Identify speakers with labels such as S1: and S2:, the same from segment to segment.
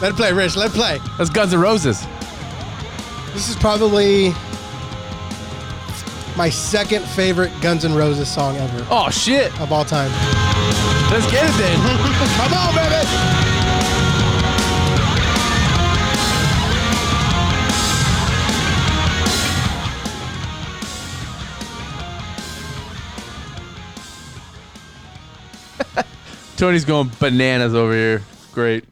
S1: Let it play, Rich. Let it play.
S2: That's Guns N' Roses.
S1: This is probably my second favorite Guns N' Roses song ever
S2: Oh shit!
S1: of all time.
S2: Let's get it then.
S1: Come on, baby.
S2: Tony's going bananas over here. Great,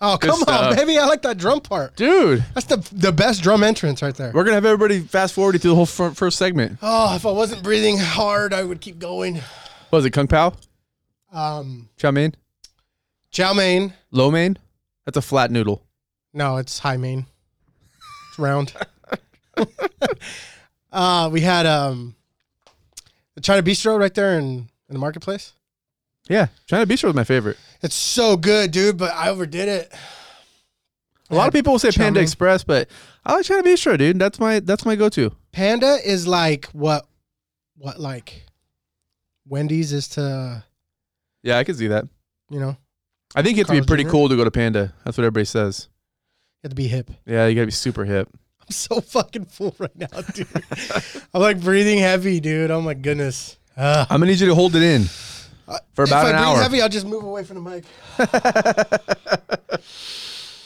S1: Oh,
S2: Good
S1: come on,
S2: stuff.
S1: baby. I like that drum part.
S2: dude.
S1: That's the the best drum entrance right there.
S2: We're gonna have everybody fast forwarding through the whole fir- first segment.
S1: Oh, if I wasn't breathing hard, I would keep going.
S2: What was it Kung Pao?
S1: Um,
S2: Chow mein?
S1: chow mein.
S2: Lo mein? That's a flat noodle.
S1: No, it's high main. It's round. uh, we had um, the China Bistro right there in, in the marketplace.
S2: Yeah, China Bistro is my favorite.
S1: It's so good, dude, but I overdid it.
S2: A lot of people will say
S1: Chow
S2: Panda
S1: mein.
S2: Express, but I like China Bistro, dude. That's my that's my go-to.
S1: Panda is like what, what like Wendy's is to,
S2: Yeah, I can see that.
S1: you know, you
S2: I think you have to be
S1: Carl's
S2: pretty
S1: Jr.
S2: cool to go to Panda. That's what everybody says.
S1: have to be hip.
S2: Yeah, you gotta be super hip.
S1: I'm so fucking full right now, dude. I'm like breathing heavy, dude. Oh my goodness. Uh,
S2: I'm gonna need you to hold it in for about
S1: if
S2: an
S1: I breathe
S2: hour.
S1: heavy, I'll just move away from the mic.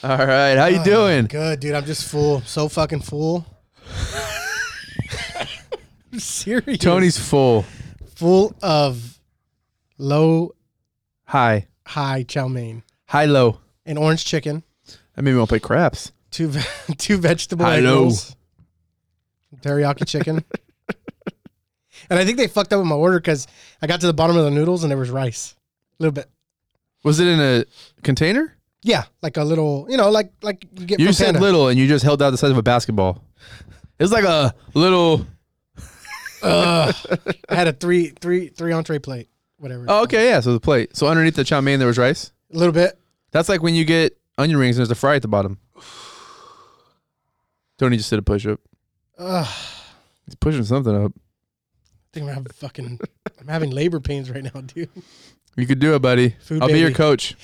S2: All right, how
S1: Uh,
S2: you doing?
S1: Good, dude. I'm just full. I'm so fucking full. I'm serious.
S2: Tony's full.
S1: full of low
S2: High,
S1: high chow mein,
S2: high, low.
S1: an orange chicken,
S2: I made me want to play craps.
S1: two ve- two vegetable
S2: High
S1: egg
S2: low.
S1: rolls, teriyaki chicken. and I think they fucked up with my order because I got to the bottom of the noodles and there was rice, a little bit.
S2: Was it in a container?
S1: Yeah, like a little, you know, like like you get
S2: You
S1: from
S2: said
S1: Panda.
S2: little, and you just held out the size of a basketball. It's like a little.
S1: I had a three three three entree plate, whatever.
S2: Oh, okay, yeah. So the plate. So underneath the chow mein, there was rice.
S1: a little bit.
S2: That's like when you get onion rings and there's a fry at the bottom. Tony just did a push up.
S1: Ugh.
S2: He's pushing something up.
S1: I think I'm having fucking I'm having labor pains right now, dude.
S2: You could do it, buddy.
S1: Food
S2: I'll be your
S1: baby.
S2: coach.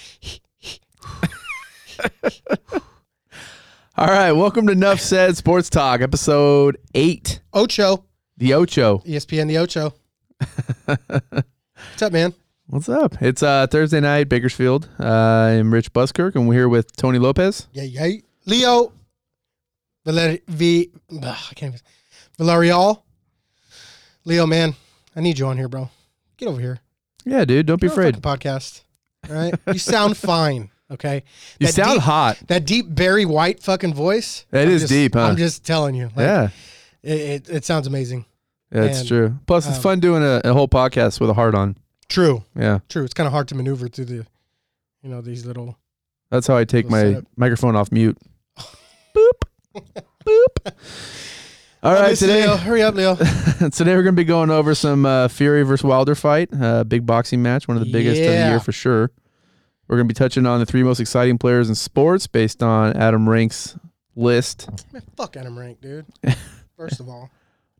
S2: All right, welcome to Nuff Said Sports Talk, episode eight,
S1: Ocho, E
S2: the Ocho.
S1: ESPN the Ocho. What's up, man?
S2: What's up? It's uh, Thursday night, Bakersfield. Uh, I'm Rich Buskirk, and we're here with Tony Lopez.
S1: Yeah, yeah. Leo Valeri V ugh, I can't even Valerial. Leo, man, I need you on here, bro. Get over here.
S2: Yeah, dude, don't be
S1: You're on a
S2: afraid.
S1: fucking podcast. All right. You sound fine. Okay.
S2: You
S1: That
S2: sound
S1: deep-
S2: hot.
S1: That deep Barry White fucking voice.
S2: That
S1: I'm
S2: is
S1: just-
S2: deep, huh?
S1: I'm just telling you. Like,
S2: yeah,
S1: It, it, it sounds amazing.
S2: that's
S1: and,
S2: true. Plus, it's
S1: um,
S2: fun doing a, a whole podcast with a heart on.
S1: True.
S2: Yeah,
S1: True. It's kind of hard to maneuver through the, you know, these little
S2: that's how I take
S1: Little
S2: my
S1: setup.
S2: microphone off mute. Boop, boop. All right,
S1: Obviously, Leo,
S2: today
S1: hurry up, Leo.
S2: today we're gonna be going over some uh, Fury versus Wilder fight, uh, big boxing match, one of the biggest of the
S1: Yeah.
S2: year for sure. We're gonna be touching on the three most exciting players in sports based on Adam Rank's list.
S1: Man, fuck Adam Rank, dude. First of all,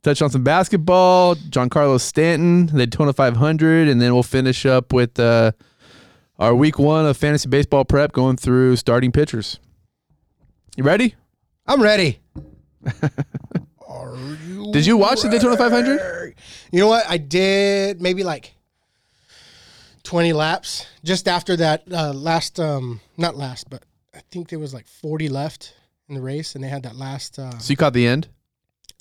S2: touch on some basketball, Giancarlo Stanton, the Daytona 500, and then we'll finish up with uh, our week one of fantasy baseball prep going through starting pitchers. You ready?
S1: I'm ready.
S2: Did you watch the Daytona 500?
S1: You know what? I did maybe like 20 laps just after that uh, last, um, not last, but I think there was like 40 left in the race, and they had that last, uh,
S2: So you caught the end?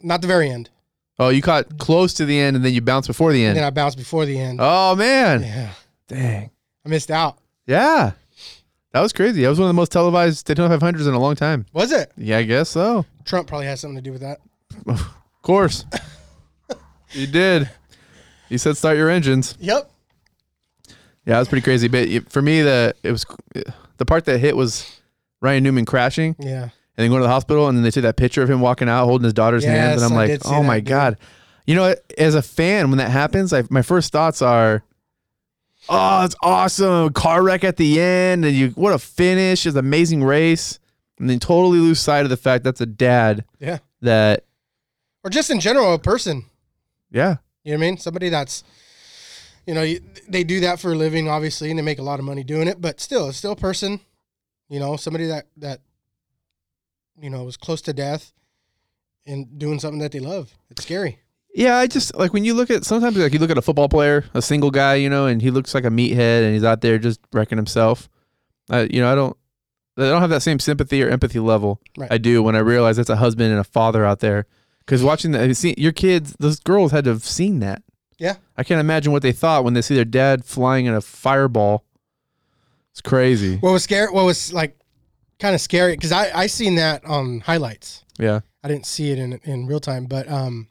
S1: not the very end,
S2: Oh, you caught close to the end and then you bounced before the
S1: and then
S2: end.
S1: I bounced before the end.
S2: Oh, man.
S1: Yeah,
S2: Dang.
S1: I missed out.
S2: Yeah. That was crazy. That was one of the most televised Daytona 500s in a long time.
S1: Was it?
S2: Yeah, I guess so.
S1: Trump probably has something to do with that.
S2: Of course. you did. You said start your engines.
S1: Yep.
S2: Yeah, it was pretty crazy. But it- for me, the it was the part that hit was Ryan Newman crashing
S1: Yeah.
S2: and then going to the hospital, and then they took that picture of him walking out holding his daughter's hands,
S1: Yes,
S2: and I'm
S1: I
S2: like,
S1: did see
S2: oh my
S1: that, dude.
S2: god. You know, as a fan, when that happens, I, my first thoughts are, oh, it's awesome, car wreck at the end, and you what a finish, it's an amazing race, and then totally lose sight of the fact that's a dad
S1: Yeah.
S2: that
S1: Or just in general, a person.
S2: yeah
S1: You know what I mean? Somebody that's, you know, you- they do that for a living, obviously, and they make a lot of money doing it, but still, it's still a person. You know, somebody that that you know was close to death and doing something that they love. It's scary.
S2: Yeah, I just like when you look at sometimes like you look at a football player, a single guy, you know, and he looks like a meathead and he's out there just wrecking himself. I, you know, I don't, I don't have that same sympathy or empathy level
S1: Right.
S2: I do when I realize that's a husband and a father out there. Because watching that, I've seen- your kids, those girls had to have seen that.
S1: Yeah.
S2: I can't imagine what they thought when they see their dad flying in a fireball. It's crazy.
S1: What was scary? What was like kind of scary? Because I I seen that on highlights.
S2: Yeah.
S1: I didn't see it in in real time, but um,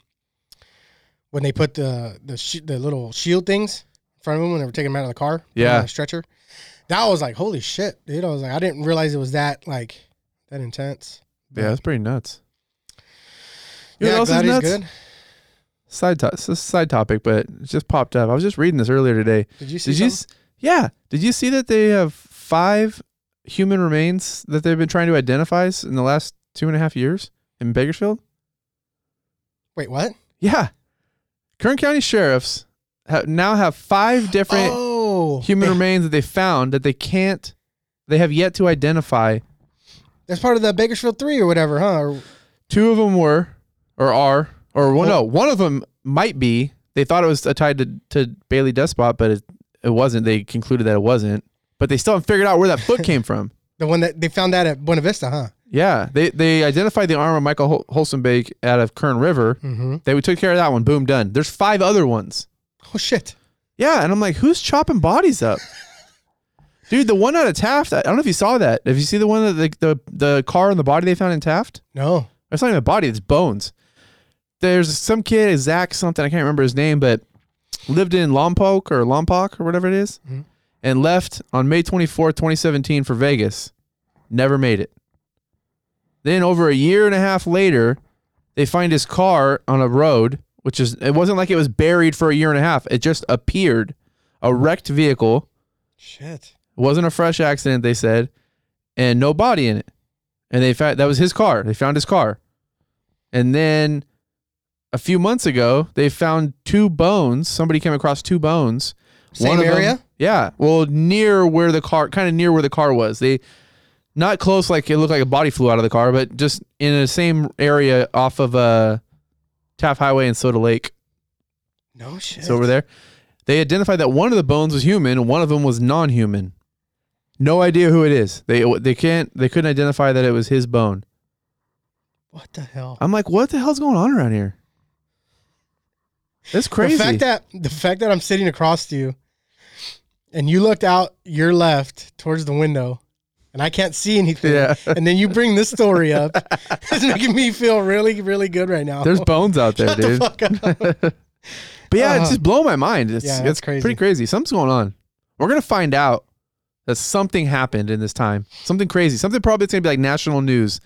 S1: when they put the the sh- the little shield things in front of them when they were taking them out of the car, put 'em
S2: Yeah.
S1: on a stretcher, that was like holy shit, dude. I was like, I didn't realize it was that like that intense.
S2: Yeah, that's pretty nuts. You know
S1: yeah,
S2: what else is
S1: glad he's
S2: nuts?
S1: good.
S2: Side, to- it's a side topic, but it just popped up. I was just reading this earlier today.
S1: Did you see?
S2: Did you?
S1: something?
S2: s- Yeah. Did you see that they have five human remains that they've been trying to identify s- in the last two and a half years in Bakersfield?
S1: Wait, what?
S2: Yeah. Kern County sheriffs ha- now have five different
S1: Oh,
S2: human
S1: yeah.
S2: remains that they found that they can't, they have yet to identify.
S1: That's part of the Bakersfield three or whatever, huh? Or-
S2: Two of them were, or are, or one,
S1: Oh.
S2: no, one of them might be. They thought it was uh, tied to, to Bailey Despot, but it, it wasn't. They concluded that it wasn't. But they still haven't figured out where that foot came from.
S1: the one that they found out at Buena Vista, huh?
S2: Yeah, they they identified the arm of Michael Hol- Holsenbake out of Kern River.
S1: Mm-hmm.
S2: They took care of that one. Boom, done. There's five other ones.
S1: Oh shit.
S2: Yeah, and I'm like, who's chopping bodies up? Dude, the one out of Taft. I don't know if you saw that. If you see the one that the the, the car and the body they found in Taft,
S1: No.
S2: it's not even a body; it's bones. There's some kid, Zach something. I can't remember his name, but lived in Lompoc or Lompoc or whatever it is,
S1: Mhm.
S2: and left on May 24, 2017 for Vegas. Never made it. Then over a year and a half later, they find his car on a road, which is it wasn't like it was buried for a year and a half. It just appeared, a wrecked vehicle.
S1: Shit.
S2: It wasn't a fresh accident, they said, and no body in it. And they found that was his car. They found his car. And then a few months ago, they found two bones. Somebody came across two bones.
S1: Same
S2: of them-
S1: area?
S2: yeah. Well, near where the car, kind of near where the car was. They, not close, like it looked like a body flew out of the car, but just in the same area off of uh, Taft Highway and Soda Lake.
S1: No shit.
S2: It's over there. They identified that one of the bones was human and one of them was non-human. No idea who it is. They they can't they couldn't identify that it was his bone.
S1: What the hell?
S2: I'm like, what the hell's going on around here? That's crazy.
S1: The fact that the fact that I'm sitting across to you and you looked out your left towards the window and I can't see anything.
S2: Yeah.
S1: And then you bring this story up. it's making me feel really, really good right now.
S2: There's bones out there,
S1: Shut the
S2: dude.
S1: fuck up.
S2: But yeah, it's
S1: Uh-huh.
S2: just blowing my mind. It's
S1: Yeah,
S2: it's
S1: that's crazy.
S2: pretty crazy. Something's going on. We're gonna find out that something happened in this time. Something crazy. Something probably that's gonna be like national news.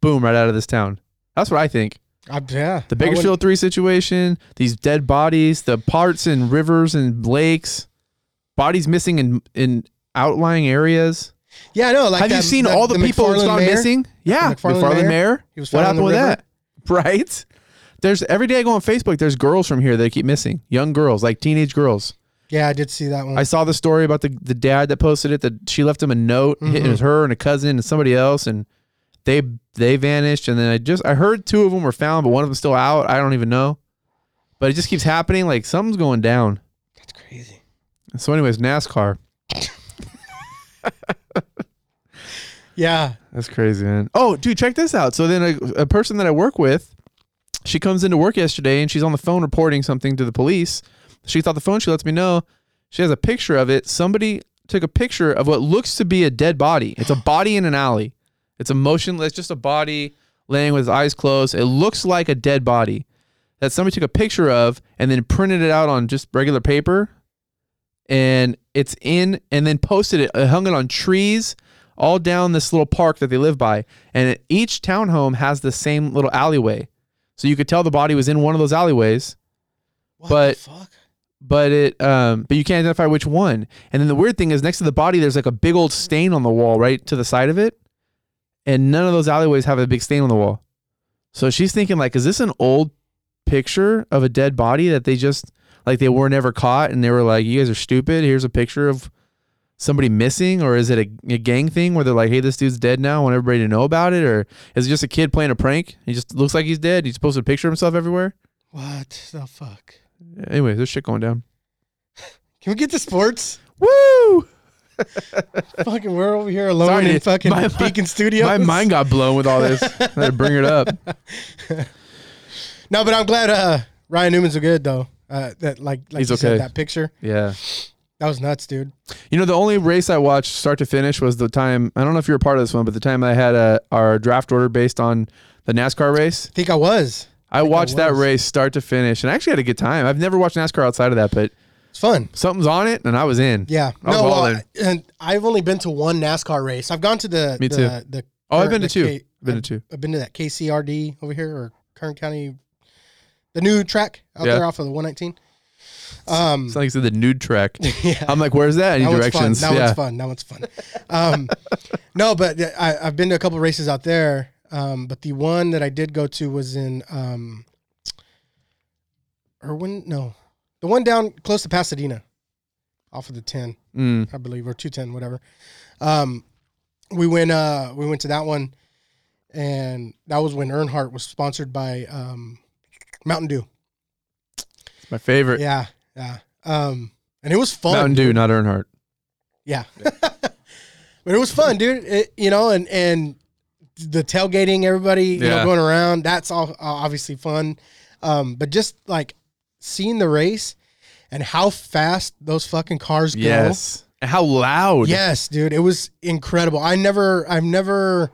S2: Boom, right out of this town. That's what I think.
S1: I, yeah.
S2: The Bakersfield three situation, these dead bodies, the parts in rivers and lakes, bodies missing in in outlying
S1: I
S2: areas.
S1: wouldn't- Yeah, I know. Like
S2: Have you
S1: that-
S2: seen
S1: that-
S2: all the, people that's
S1: McFarland
S2: gone
S1: mayor,
S2: missing? Yeah,
S1: The McFarland
S2: McFarland
S1: mayor?
S2: mayor.
S1: He was
S2: What
S1: found in
S2: happened
S1: the
S2: with
S1: river?
S2: that? Right. There's every day I go on Facebook. There's girls from here that keep missing, young girls, like teenage girls.
S1: Yeah, I did see that one.
S2: I saw the story about the the dad that posted it. That she left him a note. It was her and a cousin and somebody else, and they they vanished. And then I just I heard two of them were found, but one of them's still out. I don't even know. But it just keeps happening. Like something's going down.
S1: That's crazy.
S2: So, anyways, NASCAR.
S1: Yeah.
S2: That's crazy, man. Oh, dude, check this out. So then a, a person that I work with, she comes into work yesterday and she's on the phone reporting something to the police. She thought the phone, she lets me know. She has a picture of it. Somebody took a picture of what looks to be a dead body. It's a body in an alley. It's a motionless, it's just a body laying with his eyes closed. It looks like a dead body that somebody took a picture of and then printed it out on just regular paper. And it's in, and then posted it, uh, hung it on trees all down this little park that they live by. And it- each townhome has the same little alleyway. So you could tell the body was in one of those alleyways,
S1: What
S2: But-
S1: the fuck?
S2: but it um but you can't identify which one. And then the weird thing is next to the body there's like a big old stain on the wall right to the side of it. And none of those alleyways have a big stain on the wall. So she's thinking like is this an old picture of a dead body that they just like they were never caught and they were like you guys are stupid. Here's a picture of somebody missing, or is it a, a gang thing where they're like, "Hey, this dude's dead now. I want everybody to know about it," or is it just a kid playing a prank? He just looks like he's dead. He's posted a picture of himself everywhere.
S1: What the fuck?
S2: Anyway, there's shit going down.
S1: Can we get to sports?
S2: Woo!
S1: fucking, we're over here alone
S2: Sorry,
S1: in
S2: dude.
S1: fucking
S2: My- my-
S1: Beacon Studios.
S2: My mind got blown with all this. I had to bring it up.
S1: No, but I'm glad uh, Ryan Newman's good though. Uh, that like like
S2: He's
S1: you
S2: okay.
S1: said, that picture
S2: Yeah.
S1: that was nuts, dude.
S2: You know, the only race I watched start to finish was the time. I don't know if you were part of this one, but the time I had uh our draft order based on the NASCAR race.
S1: I think I was.
S2: I watched that
S1: was.
S2: race start to finish, and I actually had a good time. I've never watched NASCAR outside of that, but
S1: It's fun.
S2: something's on it, and I was in.
S1: Yeah.
S2: I was
S1: no,
S2: all
S1: uh,
S2: in.
S1: and I've only been to one NASCAR race. I've gone to the
S2: Me
S1: the,
S2: too.
S1: the
S2: Oh, I've
S1: current-
S2: been to
S1: the
S2: two.
S1: K-
S2: I've been to two.
S1: I've been to that KCRD over here or Kern County, the new track out
S2: Yeah.
S1: there off of the 119. Um,
S2: It's like it's the nude track.
S1: yeah.
S2: I'm like, where's that? Any
S1: that One's
S2: directions?
S1: fun. That
S2: yeah.
S1: one's fun. That one's fun. Um, no, but th- I, I've been to a couple races out there. Um, but the one that I did go to was in um, Irwin. No, the one down close to Pasadena, off of the ten,
S2: Mm.
S1: I believe, or two ten, whatever. Um, we went. Uh, we went to that one, and that was when Earnhardt was sponsored by um, Mountain Dew.
S2: It's my favorite.
S1: Yeah, yeah. Um, and it was fun.
S2: Mountain Dew, not Earnhardt.
S1: Yeah. but it was fun, dude. It, you know, and and the tailgating, everybody, you
S2: Yeah.
S1: know, going around, that's all uh, obviously fun. Um, but just like seeing the race and how fast those fucking cars go.
S2: Yes. And how loud.
S1: Yes, dude. It was incredible. I never I've never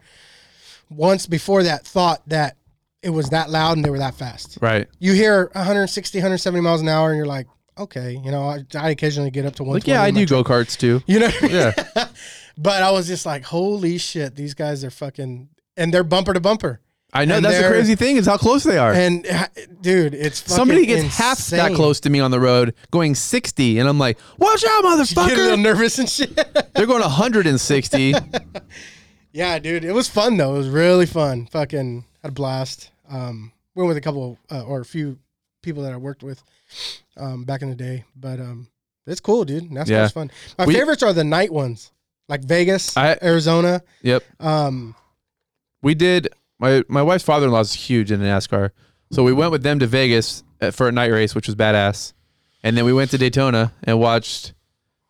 S1: once before that thought that it was that loud and they were that fast
S2: Right.
S1: you hear 160 170 miles an hour and you're like okay you know i, I occasionally get up to 120
S2: Like, yeah, I
S1: in my
S2: do go karts too.
S1: you know what I mean?
S2: Yeah.
S1: but i was just like holy shit these guys are fucking and they're bumper to bumper
S2: I know.
S1: And
S2: that's the
S1: they're-
S2: crazy thing is how close they are.
S1: and ha- dude it's fucking
S2: Somebody gets
S1: insane.
S2: half that close to me on the road going 60, and I'm like, watch out,
S1: get a little
S2: motherfucker.
S1: nervous and shit
S2: They're going 160.
S1: yeah dude it was fun though it was really fun fucking had a blast um went with a couple uh, or a few people that i worked with um back in the day but um it's cool dude that's
S2: Yeah.
S1: fun my
S2: We-
S1: favorites are the night ones like vegas
S2: I-
S1: arizona
S2: yep.
S1: Um,
S2: we did my my wife's father in law's huge into NASCAR, so we went with them to Vegas uh, for a night race, which was badass, and then we went to Daytona and watched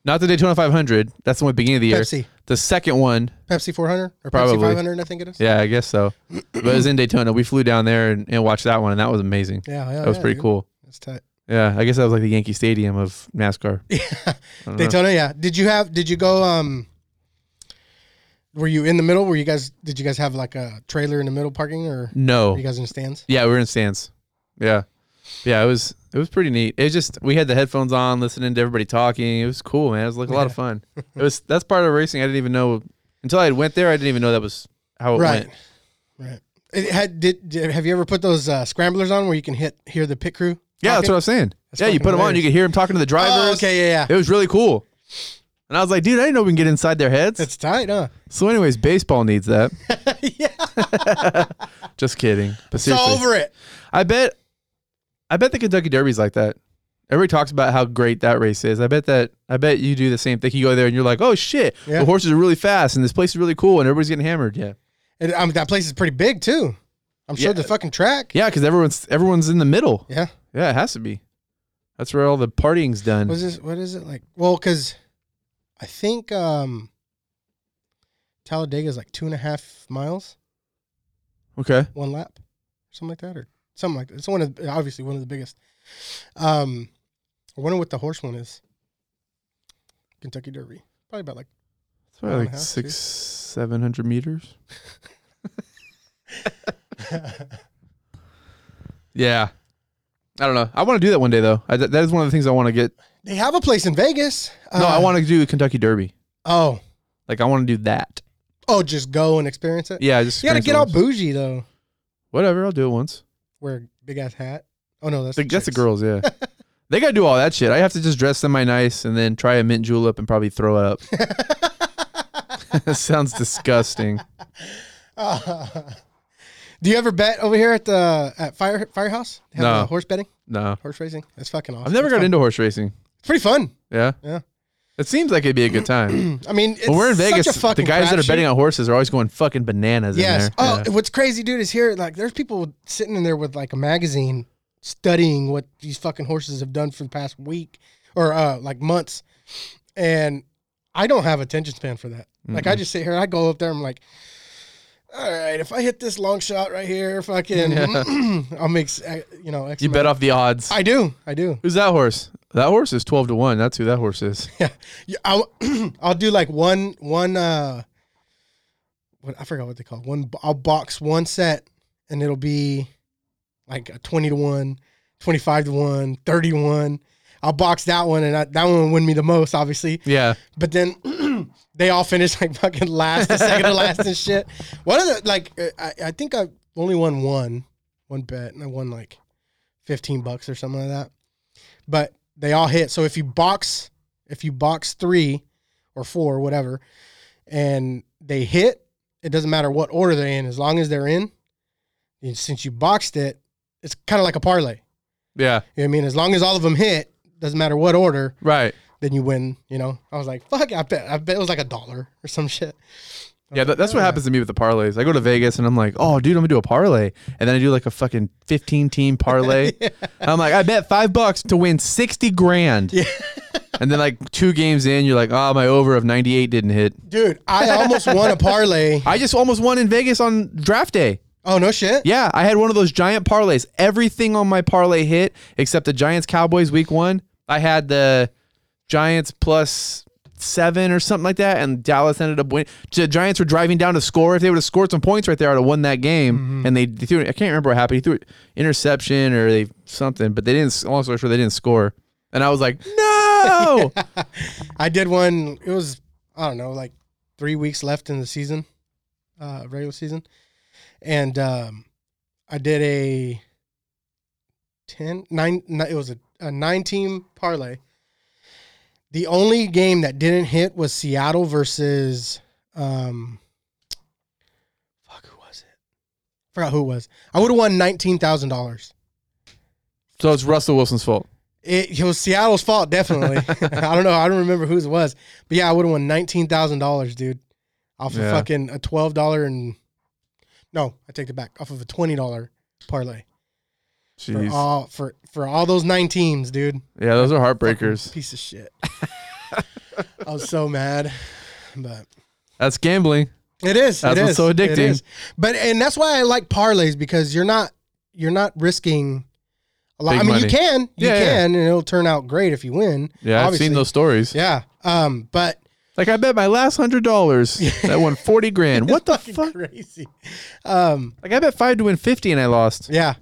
S2: not the Daytona 500. That's the one at the beginning of the year.
S1: Pepsi,
S2: The second one,
S1: Pepsi 400 or
S2: Probably.
S1: Pepsi 500, I think it is.
S2: yeah, I guess so. but it was in Daytona. We flew down there and, and watched that one, and that was amazing.
S1: Oh, yeah,
S2: that was pretty cool.
S1: That's tight.
S2: Yeah, I guess that was like the Yankee Stadium of NASCAR. know.
S1: Daytona, yeah. Did you have? Did you go? Um, were you in the middle? Were you guys? Did you guys have like a trailer in the middle parking, or
S2: No,
S1: were you guys in the stands?
S2: Yeah, we were in stands. Yeah. Yeah, it was it was pretty neat. It was just we had the headphones on, listening to everybody talking. It was cool, man. It was like a lot of fun. It was that's part of racing. I didn't even know until I went there. I didn't even know that was how it
S1: Right,
S2: went.
S1: right. It had, did, did have you ever put those uh, scramblers on where you can hit hear the pit crew?
S2: Yeah, that's
S1: talking?
S2: what I was saying.
S1: That's
S2: yeah, you
S1: fucking
S2: put them on, you could hear them talking to the drivers.
S1: Oh, okay, yeah, yeah.
S2: It was really cool. And I was like, dude, I didn't know we can get inside their heads.
S1: It's tight, huh?
S2: so, anyways, baseball needs that.
S1: yeah,
S2: Just kidding. But
S1: it's
S2: seriously,
S1: all over it.
S2: I bet, I bet the Kentucky Derby's like that. Everybody talks about how great that race is. I bet that I bet you do the same thing. You go there and you're like, oh shit,
S1: Yeah.
S2: the horses are really fast and this place is really cool and everybody's getting hammered. Yeah,
S1: And, um, that place is pretty big too. I'm sure
S2: Yeah.
S1: the fucking track.
S2: yeah, because everyone's everyone's in the middle.
S1: Yeah.
S2: Yeah, it has to be. That's where all the partying's done.
S1: Was this what is it like? Well, because I think um Talladega is like two and a half miles,
S2: Okay,
S1: one lap, something like that, or something like that. It's one of the- obviously one of the biggest. Um, I wonder what the horse one is. Kentucky Derby, probably about like
S2: it's probably
S1: Mile and
S2: like
S1: a half,
S2: six, seven hundred meters. Yeah, I don't know. I want to do that one day though. I, that is one of the things I want to get.
S1: they have a place in Vegas.
S2: no,
S1: Uh,
S2: I want to do the Kentucky Derby.
S1: Oh,
S2: Like I want to do that.
S1: oh, just go and experience it.
S2: Yeah, just
S1: you gotta
S2: experience
S1: get
S2: it
S1: all
S2: once.
S1: bougie though.
S2: Whatever, I'll do it once.
S1: Wear a big ass hat. Oh no, that's
S2: The, that's the
S1: chicks.
S2: girls, yeah. they gotta do all that shit. I have to just dress semi nice and then try a mint julep and probably throw it up. that sounds disgusting.
S1: Do you ever bet over here at the at Fire Firehouse? They have,
S2: No.
S1: uh, horse betting,
S2: No,
S1: horse racing. That's fucking awesome.
S2: I've never
S1: It's
S2: got
S1: fun.
S2: into horse racing.
S1: It's pretty fun.
S2: Yeah,
S1: Yeah.
S2: It seems like it'd be a good time.
S1: I mean, it's
S2: when we're in
S1: such
S2: Vegas,
S1: a fucking
S2: the guys that are
S1: crapshoot.
S2: betting on horses are always going fucking bananas
S1: Yes.
S2: in there.
S1: Oh,
S2: Yeah.
S1: what's crazy, dude, is here like there's people sitting in there with like a magazine studying what these fucking horses have done for the past week or uh like months. And I don't have attention span for that. Like I just sit here, I go up there, I'm like, all right, if I hit this long shot right here, fucking, I'll make s- I- you know. X
S2: You bet
S1: amount.
S2: off the odds.
S1: I do, I do.
S2: Who's that horse? That horse is 12 to 1. That's who that horse is.
S1: Yeah, Yeah, I'll, I'll do like one one uh, what I forgot what they call it. one. bo- I'll box one set, and it'll be like a twenty to one, 25 to one, 30 to one. I'll box that one, and I, that one will win me the most, obviously.
S2: Yeah.
S1: But then they all finish like fucking last, the second to last, and shit. One of the like, uh, I, I think I only won one, one bet, and I won like fifteen bucks or something like that. But they all hit. So if you box, if you box three or four, whatever, and they hit, it doesn't matter what order they're in, as long as they're in. And since you boxed it, it's kind of like a parlay.
S2: Yeah.
S1: You know what I mean? As long as all of them hit, doesn't matter what order,
S2: Right.
S1: then you win. You know, I was like, fuck, I bet, I bet it was like a dollar or some shit.
S2: Yeah, that, that's what happens to me with the parlays. I go to Vegas and I'm like, oh, dude, I'm gonna do a parlay, and then I do like a fucking 15 team parlay. I'm like, I bet five bucks to win 60 grand. Yeah. and then like two games in, you're like, oh, my over of 98 didn't hit.
S1: Dude, I almost won a parlay.
S2: I just almost won in Vegas on draft day.
S1: Oh no shit.
S2: Yeah, I had one of those giant parlays. Everything on my parlay hit except the Giants Cowboys week one. I had the Giants plus seven or something like that, and Dallas ended up winning. The Giants were driving down to score. If they would have scored some points right there, I'd have won that game.
S1: Mm-hmm.
S2: And they, they threw. I can't remember what happened. He threw an interception or they something, but they didn't. Long story short, they didn't score. And I was like, no.
S1: I did one. It was I don't know, like three weeks left in the season, uh, regular season, and um, I did a 10, nine, ni- It was a, a nine team parlay. The only game that didn't hit was Seattle versus um, fuck, who was it? Forgot who it was. I would have won nineteen thousand dollars.
S2: so it's Russell Wilson's fault.
S1: It, it was Seattle's fault, definitely. I don't know. I don't remember whose it was, but yeah, I would have won nineteen thousand dollars, dude, off of
S2: Yeah.
S1: fucking a twelve dollar and no, I take it back, off of a twenty dollar parlay for
S2: Jeez.
S1: all for for all those nine teams, dude.
S2: Yeah, those are heartbreakers.
S1: Piece of shit. I was so mad, but
S2: That's gambling.
S1: it is.
S2: That's
S1: it
S2: what's
S1: is,
S2: so
S1: it
S2: addicting.
S1: is. But and that's why I like parlays because you're not you're not risking a lot.
S2: Big
S1: I mean,
S2: money.
S1: you can, you
S2: Yeah, yeah.
S1: can, and it'll turn out great if you win.
S2: Yeah, I've
S1: obviously.
S2: seen those stories.
S1: Yeah. Um, but
S2: Like I bet my last hundred dollars that won forty grand. What the fuck?
S1: crazy. Um,
S2: Like I bet five to win fifty and I lost.
S1: yeah.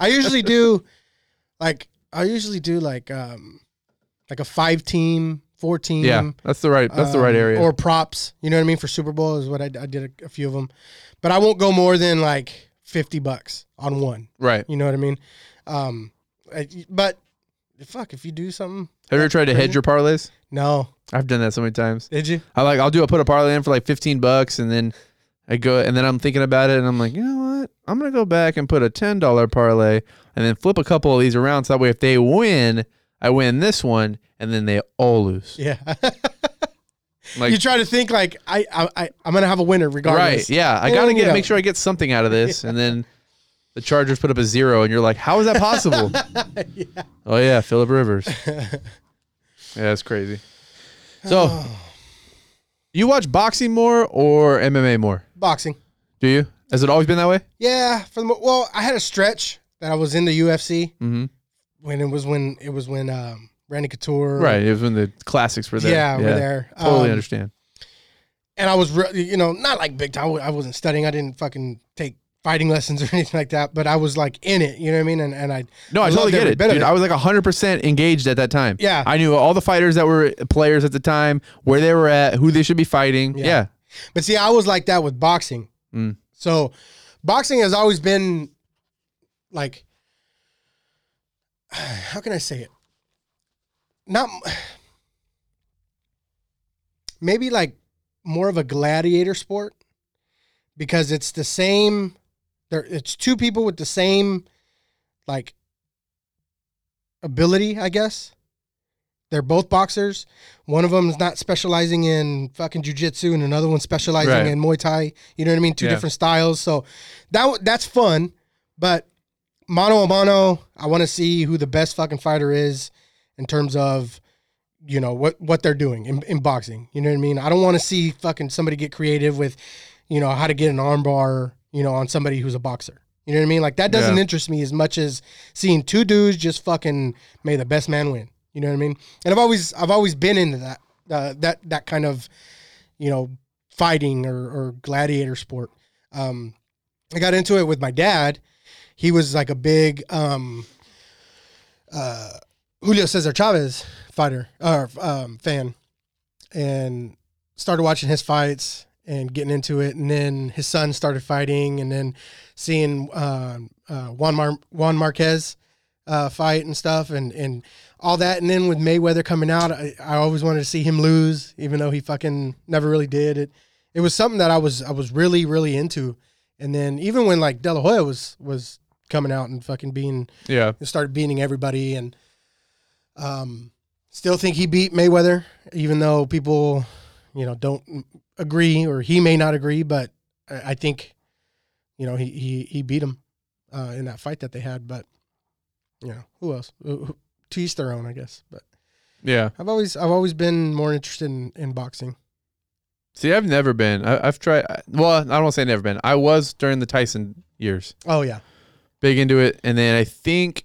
S1: I usually do like I usually do like um like a five team, four team.
S2: Yeah, that's the right. That's the right
S1: um,
S2: area.
S1: Or props. You know what I mean? For Super Bowl is what I, I did a, a few of them. But I won't go more than like 50 bucks on one.
S2: right.
S1: You know what I mean? Um, I, but fuck, if you do something,
S2: Have you ever tried to hedge your parlays?
S1: no.
S2: I've done that so many times.
S1: Did you?
S2: I like I'll do I put a parlay in for like fifteen bucks and then I go and then I'm thinking about it and I'm like, you know what? I'm gonna go back and put a ten dollar parlay and then flip a couple of these around so that way if they win, I win this one and then they all lose.
S1: Yeah.
S2: Like
S1: you try to think like I, I, I I'm gonna have a winner regardless.
S2: Right. Oh, Yeah. I
S1: And,
S2: gotta
S1: you
S2: get
S1: know.
S2: make sure I get something out of this, and then the Chargers put up a zero, and you're like, "How is that possible?" Oh yeah, Philip Rivers. yeah, that's crazy. So, you watch boxing more or MMA more?
S1: Boxing.
S2: Do you? Has it always been that way?
S1: Yeah, for the mo- well, I had a stretch that I was in the UFC
S2: Mm-hmm.
S1: when it was when it was when um, Randy Couture,
S2: Right. It was when the classics were there.
S1: Yeah, were there.
S2: Totally
S1: Um,
S2: understand.
S1: And I was, re- you know, not like big time. I wa- I wasn't studying. I didn't fucking take fighting lessons or anything like that. But I was like in it. You know what I mean? And and I
S2: No, I
S1: loved
S2: totally get
S1: every
S2: it.
S1: bit of
S2: Dude, I was like 100% engaged at that time.
S1: Yeah.
S2: I knew all the fighters that were players at the time, where they were at, who they should be fighting. Yeah.
S1: But see, I was like that with boxing.
S2: Mm.
S1: So boxing has always been like how can I say it? Not maybe like more of a gladiator sport because it's the same there it's two people with the same like ability, I guess. They're both boxers. One of them's not specializing in fucking jujitsu, and another one's specializing
S2: Right.
S1: in Muay Thai. You know what I mean? Two
S2: Yeah.
S1: different styles. So that w- that's fun, but mano a mano, I want to see who the best fucking fighter is in terms of you know what what they're doing in, in boxing. You know what I mean? I don't want to see fucking somebody get creative with you know how to get an armbar you know on somebody who's a boxer. You know what I mean? Like that doesn't
S2: Yeah.
S1: interest me as much as seeing two dudes just fucking may the best man win. You know what I mean? And I've always I've always been into that uh, that that kind of you know fighting or, or gladiator sport. Um, I got into it with my dad. He was like a big um, uh, Julio Cesar Chavez fighter or um, fan, and started watching his fights and getting into it. And then his son started fighting, and then seeing uh, uh, Juan Mar- Juan Marquez uh, fight and stuff, and and all that. And then with Mayweather coming out, I, I always wanted to see him lose, even though he fucking never really did. It it was something that I was I was really really into. And then even when like De La Hoya was was coming out and fucking being
S2: Yeah.
S1: and started beating everybody and um still think he beat Mayweather even though people you know don't agree or he may not agree but I, I think you know he he he beat him uh in that fight that they had but you know who else Who- who- to each their own I guess but
S2: Yeah.
S1: I've always I've always been more interested in, in boxing
S2: See, I've never been. I, I've tried. I- Well, I don't want to say never been. I was during the Tyson years,
S1: oh yeah
S2: big into it, and then I think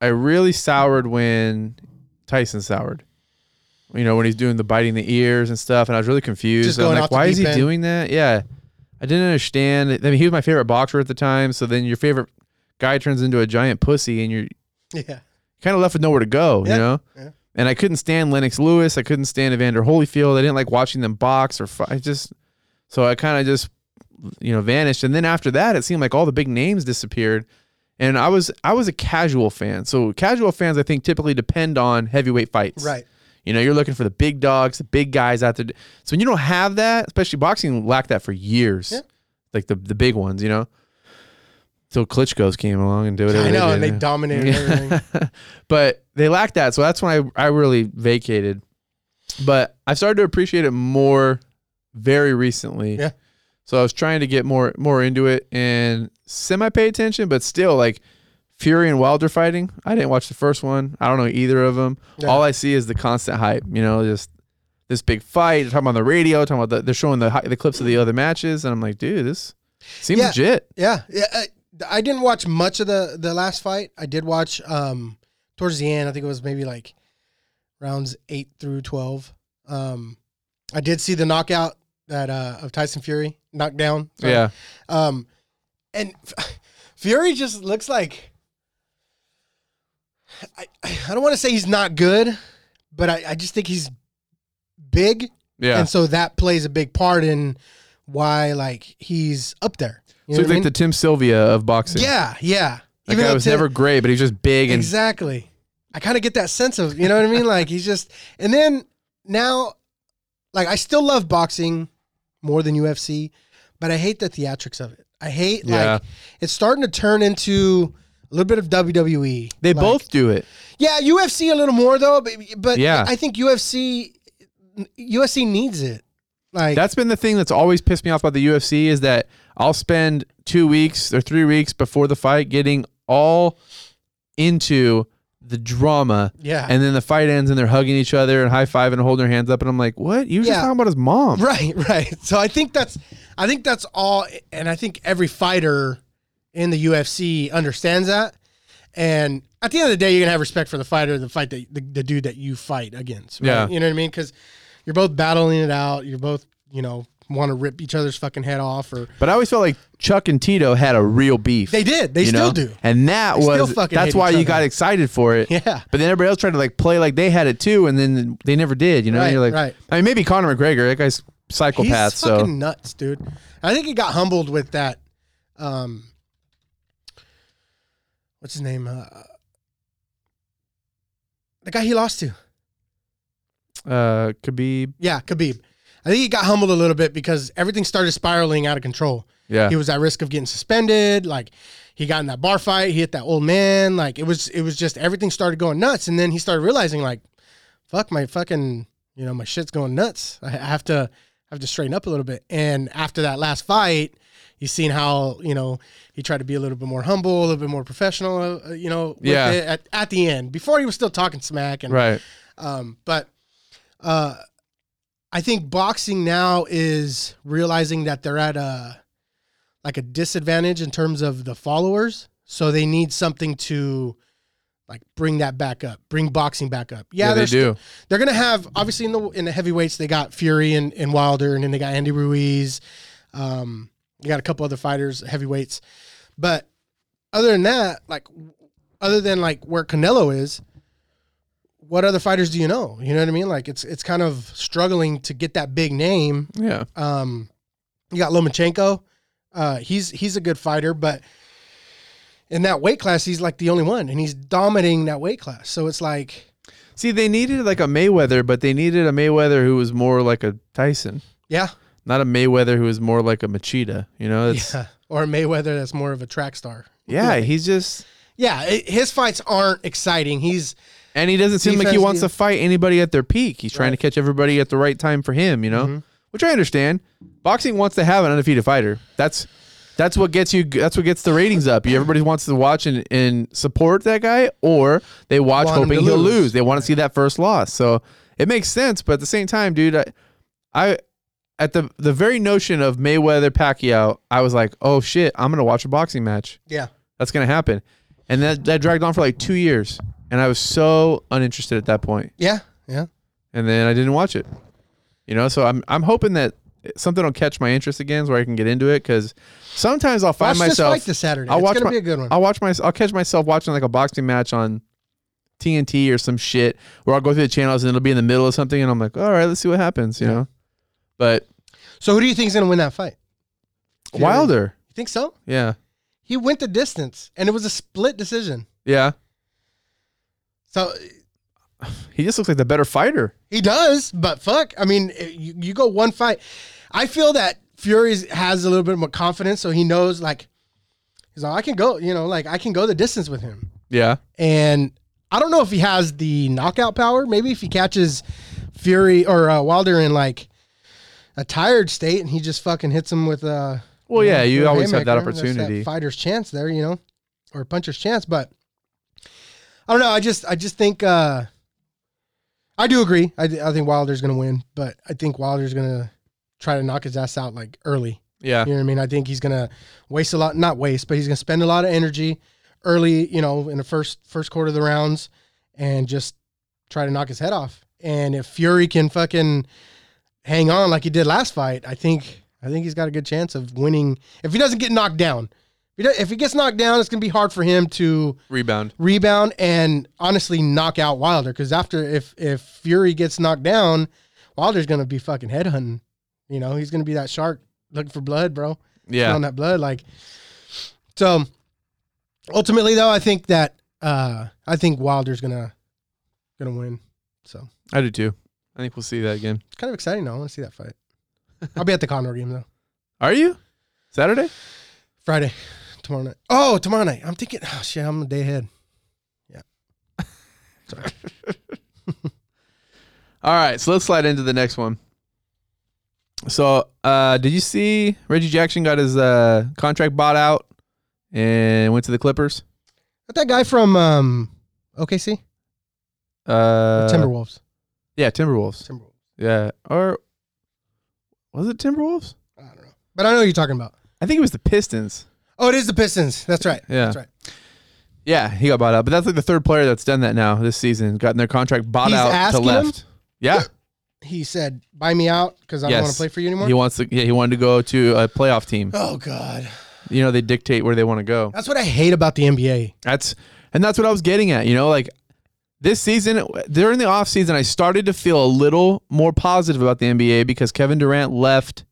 S2: I really soured when Tyson soured. You know, when he's doing the biting the ears and stuff, and I was really confused.
S1: Just
S2: I'm
S1: going
S2: like,
S1: off the
S2: why is he
S1: deep end.
S2: doing that? Yeah, I didn't understand. I mean, he was my favorite boxer at the time. So then your favorite guy turns into a giant pussy, and you're
S1: yeah
S2: kind of left with nowhere to go,
S1: Yeah,
S2: you know?
S1: yeah.
S2: And I couldn't stand Lennox Lewis. I couldn't stand Evander Holyfield. I didn't like watching them box or fight. I just, so I kind of just, you know, vanished. And then after that, it seemed like all the big names disappeared. And I was, I was a casual fan. So casual fans, I think, typically depend on heavyweight fights.
S1: right
S2: You know, you're looking for the big dogs, the big guys out there. So when you don't have that, especially boxing lacked that for years,
S1: Yeah.
S2: like the the big ones, you know. So Klitschko's came along and did whatever
S1: I know and they
S2: did.
S1: dominated everything
S2: but they lacked that, so that's when I I really vacated. But I started to appreciate it more very recently.
S1: Yeah.
S2: So I was trying to get more more into it and semi pay attention, but still like Fury and Wilder fighting. I didn't watch the first one. I don't know either of them.
S1: Yeah.
S2: All I see is the constant hype. You know, just this big fight. They're talking about the radio. Talking about the, they're showing the hi- the clips of the other matches, and I'm like, dude, this seems
S1: Yeah.
S2: legit.
S1: Yeah, yeah. I, I didn't watch much of the the last fight. I did watch um towards the end. I think it was maybe like rounds eight through twelve. Um, I did see the knockout that uh of Tyson Fury knocked down. Sorry.
S2: Yeah.
S1: Um, and F- Fury just looks like I I don't want to say he's not good, but I I just think he's big,
S2: Yeah.
S1: and so that plays a big part in why like he's up there. You know
S2: so
S1: what I
S2: he's like
S1: mean?
S2: the Tim Sylvia of boxing.
S1: Yeah, yeah.
S2: That
S1: Even
S2: guy
S1: though
S2: was
S1: Tim-
S2: never great, but he was just big and
S1: exactly. I kind of get that sense of you know what I mean. Like he's just, and then now, like I still love boxing more than UFC, but I hate the theatrics of it. I hate
S2: Yeah.
S1: like it's starting to turn into a little bit of WWE.
S2: they
S1: Like,
S2: both do it.
S1: yeah, UFC a little more though, but, but
S2: Yeah.
S1: I think UFC UFC needs it. Like
S2: That's been the thing that's always pissed me off about the UFC is that I'll spend two weeks or three weeks before the fight getting all into the drama.
S1: yeah,
S2: And then the fight ends and they're hugging each other and high five and holding their hands up. And I'm like, what? You were just
S1: Yeah.
S2: talking about his mom.
S1: Right, right. So I think that's I think that's all and I think every fighter in the UFC understands that. And at the end of the day, you're gonna have respect for the fighter, the fight that the, the dude that you fight against. Right?
S2: Yeah.
S1: You know what I mean? Because you're both battling it out. You're both, you know, want to rip each other's fucking head off or
S2: But I always felt like Chuck and Tito had a real beef.
S1: they did. They
S2: you
S1: still
S2: know?
S1: do.
S2: And that
S1: They still
S2: was
S1: fucking hate
S2: that's why
S1: each
S2: you
S1: other.
S2: got excited for it.
S1: Yeah.
S2: But then everybody else tried to like play like they had it too, and then they never did. You know,
S1: Right,
S2: you're like,
S1: right.
S2: I mean, maybe Conor McGregor, that guy's psychopath.
S1: He's
S2: so
S1: fucking nuts, dude. I think he got humbled with that. Um, what's his name? Uh, the guy he lost to.
S2: uh, Khabib,
S1: Yeah, Khabib. I think he got humbled a little bit because everything started spiraling out of control.
S2: yeah,
S1: He was at risk of getting suspended. Like he got in that bar fight. He hit that old man. Like it was, it was just everything started going nuts, and then he started realizing like, fuck my fucking you know my shit's going nuts. I I have to I have to straighten up a little bit. And after that last fight, you seen how you know he tried to be a little bit more humble, a little bit more professional. Uh, you know, with
S2: Yeah.
S1: it at, at the end, before he was still talking smack and
S2: Right.
S1: um, but uh, I think boxing now is realizing that they're at a like a disadvantage in terms of the followers, so they need something to like bring that back up, bring boxing back up. Yeah,
S2: they
S1: they're
S2: do.
S1: they're gonna have obviously in the in the heavyweights they got Fury and, and Wilder and then they got Andy Ruiz. Um, you got a couple other fighters heavyweights, but other than that, like other than like where Canelo is, what other fighters do you know? You know what I mean? Like it's it's kind of struggling to get that big name.
S2: yeah.
S1: Um, you got Lomachenko. Uh, he's he's a good fighter, but in that weight class, he's like the only one, and he's dominating that weight class. So it's like.
S2: See, they needed like a Mayweather, but they needed a Mayweather who was more like a Tyson,
S1: Yeah,
S2: not a Mayweather who was more like a Machida. You know, it's, yeah.
S1: yeah. Or Mayweather, that's more of a track star.
S2: he's just,
S1: Yeah, i his fights aren't exciting. He's
S2: and he doesn't seem like he
S1: Defense,
S2: wants
S1: yeah.
S2: to fight anybody at their peak. He's trying to
S1: Right. Mm-hmm.
S2: catch everybody at the right time for him. You know, which I understand. Boxing wants to have an undefeated fighter. That's that's what gets you. That's what gets the ratings up. You- Everybody wants to watch and, and support that guy, or they watch
S1: Want him
S2: hoping
S1: to
S2: he'll
S1: lose.
S2: lose. They want to see that first loss. So it makes sense, but at the same time, dude, I, I at the the very notion of Mayweather Pacquiao, I was like, oh shit, I'm gonna watch a boxing match.
S1: yeah,
S2: That's gonna happen, and that that dragged on for like two years, and I was so uninterested at that point
S1: yeah, yeah.
S2: and then I didn't watch it. You know, so I'm I'm hoping that something will catch my interest again, where I can get into it. Because sometimes I'll
S1: Watch
S2: find myself.
S1: this fight this Saturday.
S2: I'll
S1: it's
S2: watch
S1: gonna
S2: my-
S1: be a good one.
S2: I'll watch my. I'll catch myself watching like a boxing match on TNT or some shit, where I'll go through the channels and it'll be in the middle of something, and I'm like, all right, let's see what happens. You
S1: Yeah.
S2: know, but
S1: so who do you think's gonna win that fight? Fury.
S2: Wilder,
S1: You think so?
S2: yeah,
S1: He went the distance, and it was a split decision.
S2: yeah,
S1: So
S2: he just looks like the better fighter.
S1: he does, but fuck, I mean, eh, you, you go one fight. I feel that Fury has a little bit more confidence, so he knows like he's like I can go, you know, like I can go the distance with him.
S2: Yeah,
S1: and I don't know if he has the knockout power. Maybe if he catches Fury or uh, Wilder in like a tired state and he just fucking hits him with uh, a.
S2: well, yeah, you always have that
S1: That
S2: opportunity.
S1: fighter's chance there, you know, or puncher's chance. But I don't know. I just, I just think, uh, I do agree. I, I think Wilder's gonna win, but I think Wilder's gonna try to knock his ass out like early.
S2: Yeah,
S1: You know what I mean? I think he's gonna waste a lot, not waste, but he's gonna spend a lot of energy early, you know, in the first first quarter of the rounds, and just try to knock his head off. And if Fury can fucking hang on like he did last fight, I think I think he's got a good chance of winning. If he doesn't get knocked down, if he, do- if he gets knocked down, it's gonna be hard for him to
S2: rebound.
S1: rebound and honestly knock out Wilder. Because after if if Fury gets knocked down, Wilder's gonna be fucking headhunting. You know, he's gonna be that shark looking for blood, bro
S2: Yeah,
S1: on that blood. Like, so ultimately, though, I think that uh, I think Wilder's gonna gonna win. So
S2: I do too. I think we'll see that again.
S1: it's kind of exciting. Though. I want to see that fight. I'll be at the Condor game though.
S2: Are you Saturday?
S1: Friday, tomorrow night. Oh, tomorrow night. I'm thinking. Oh shit, I'm a day ahead.
S2: All right, so let's slide into the next one. So, uh, did you see Reggie Jackson got his uh, contract bought out and went to the Clippers?
S1: Not that guy from um, OKC
S2: Uh,
S1: Timberwolves.
S2: Yeah, Timberwolves.
S1: Timberwolves.
S2: Yeah, or was it Timberwolves?
S1: I don't know, but I know what you're talking about.
S2: I think it was the Pistons.
S1: Oh, it is the Pistons. That's right.
S2: Yeah.
S1: That's right.
S2: Yeah, he got bought out, but that's like the third player that's done that now this season. Gotten their contract bought
S1: He's
S2: out to
S1: asking him?
S2: left. Yeah,
S1: He said, "Buy me out because I don't
S2: Yes.
S1: want to play for you anymore."
S2: he wants to. Yeah, he wanted to go to a playoff team.
S1: oh God,
S2: You know, they dictate where they want to go.
S1: that's what I hate about the NBA.
S2: That's and that's what I was getting at. You know, like this season during the offseason, I started to feel a little more positive about the NBA because Kevin Durant left.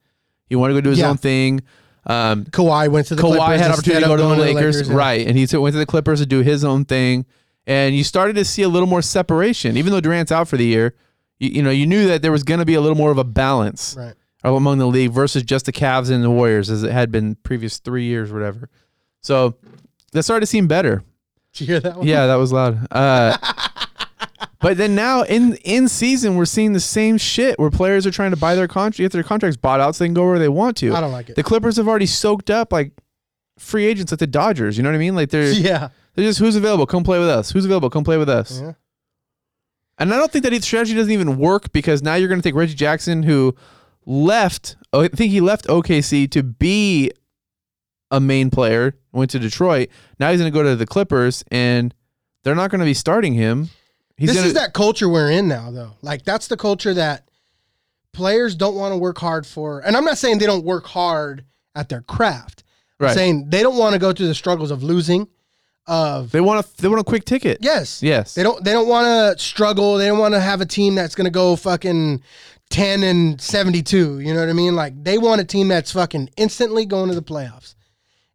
S2: He wanted to go do his
S1: Yeah.
S2: own thing. Um,
S1: Kawhi went to the
S2: Kawhi
S1: Clippers
S2: had
S1: instead
S2: opportunity to
S1: of
S2: go to the
S1: going
S2: Lakers,
S1: yeah.
S2: right? And he took- went to the Clippers to do his own thing. And you started to see a little more separation, even though Durant's out for the year. You, you know, you knew that there was going to be a little more of a balance
S1: Right.
S2: among the league versus just the Cavs and the Warriors, as it had been previous three years, or whatever. So that started to seem better.
S1: Did you hear that one?
S2: Yeah, that was loud. Uh, But then now in in season, we're seeing the same shit where players are trying to buy their contract, get their contracts bought out so they can go where they want to.
S1: I don't like it.
S2: The Clippers have already soaked up like free agents like the Dodgers. You know what I mean? Like they're
S1: yeah.
S2: they're just who's available, come play with us. Who's available, come play with us.
S1: Yeah.
S2: And I don't think that each strategy doesn't even work because now you're going to take Reggie Jackson, who left, oh, I think he left OKC to be a main player, went to Detroit. Now he's going to go to the Clippers, and they're not going to be starting him. He's
S1: this
S2: gonna,
S1: is that culture we're in now, though. Like that's the culture that players don't want to work hard for. And I'm not saying they don't work hard at their craft. I'm
S2: Right.
S1: saying they don't want to go through the struggles of losing. Of
S2: They want a they want a quick ticket.
S1: yes,
S2: Yes.
S1: They don't they don't want to struggle. They don't want to have a team that's going to go fucking 10 and 72, you know what I mean? Like they want a team that's fucking instantly going to the playoffs.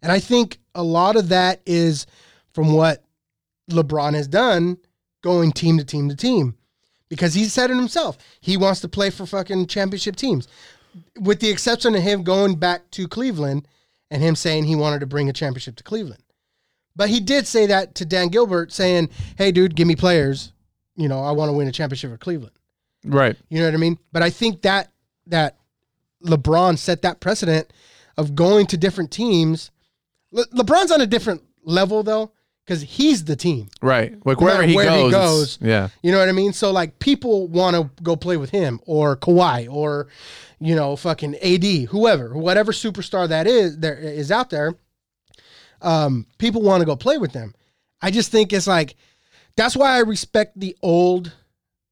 S1: And I think a lot of that is from what LeBron has done going team to team to team because he said it himself. He wants to play for fucking championship teams. With the exception of him going back to Cleveland and him saying he wanted to bring a championship to Cleveland. But he did say that to Dan Gilbert, saying, "Hey, dude, give me players. You know, I want to win a championship for Cleveland.
S2: Right.
S1: You know what I mean?" But I think that that LeBron set that precedent of going to different teams. Le- LeBron's on a different level though, because he's the team.
S2: Right. Like
S1: No
S2: wherever,
S1: matter
S2: he,
S1: where he
S2: goes, it's-
S1: goes,
S2: Yeah.
S1: You know what I mean? So like, people want to go play with him or Kawhi or you know fucking AD, whoever, whatever superstar that is there is out there. Um, people want to go play with them. I just think it's like that's why I respect the old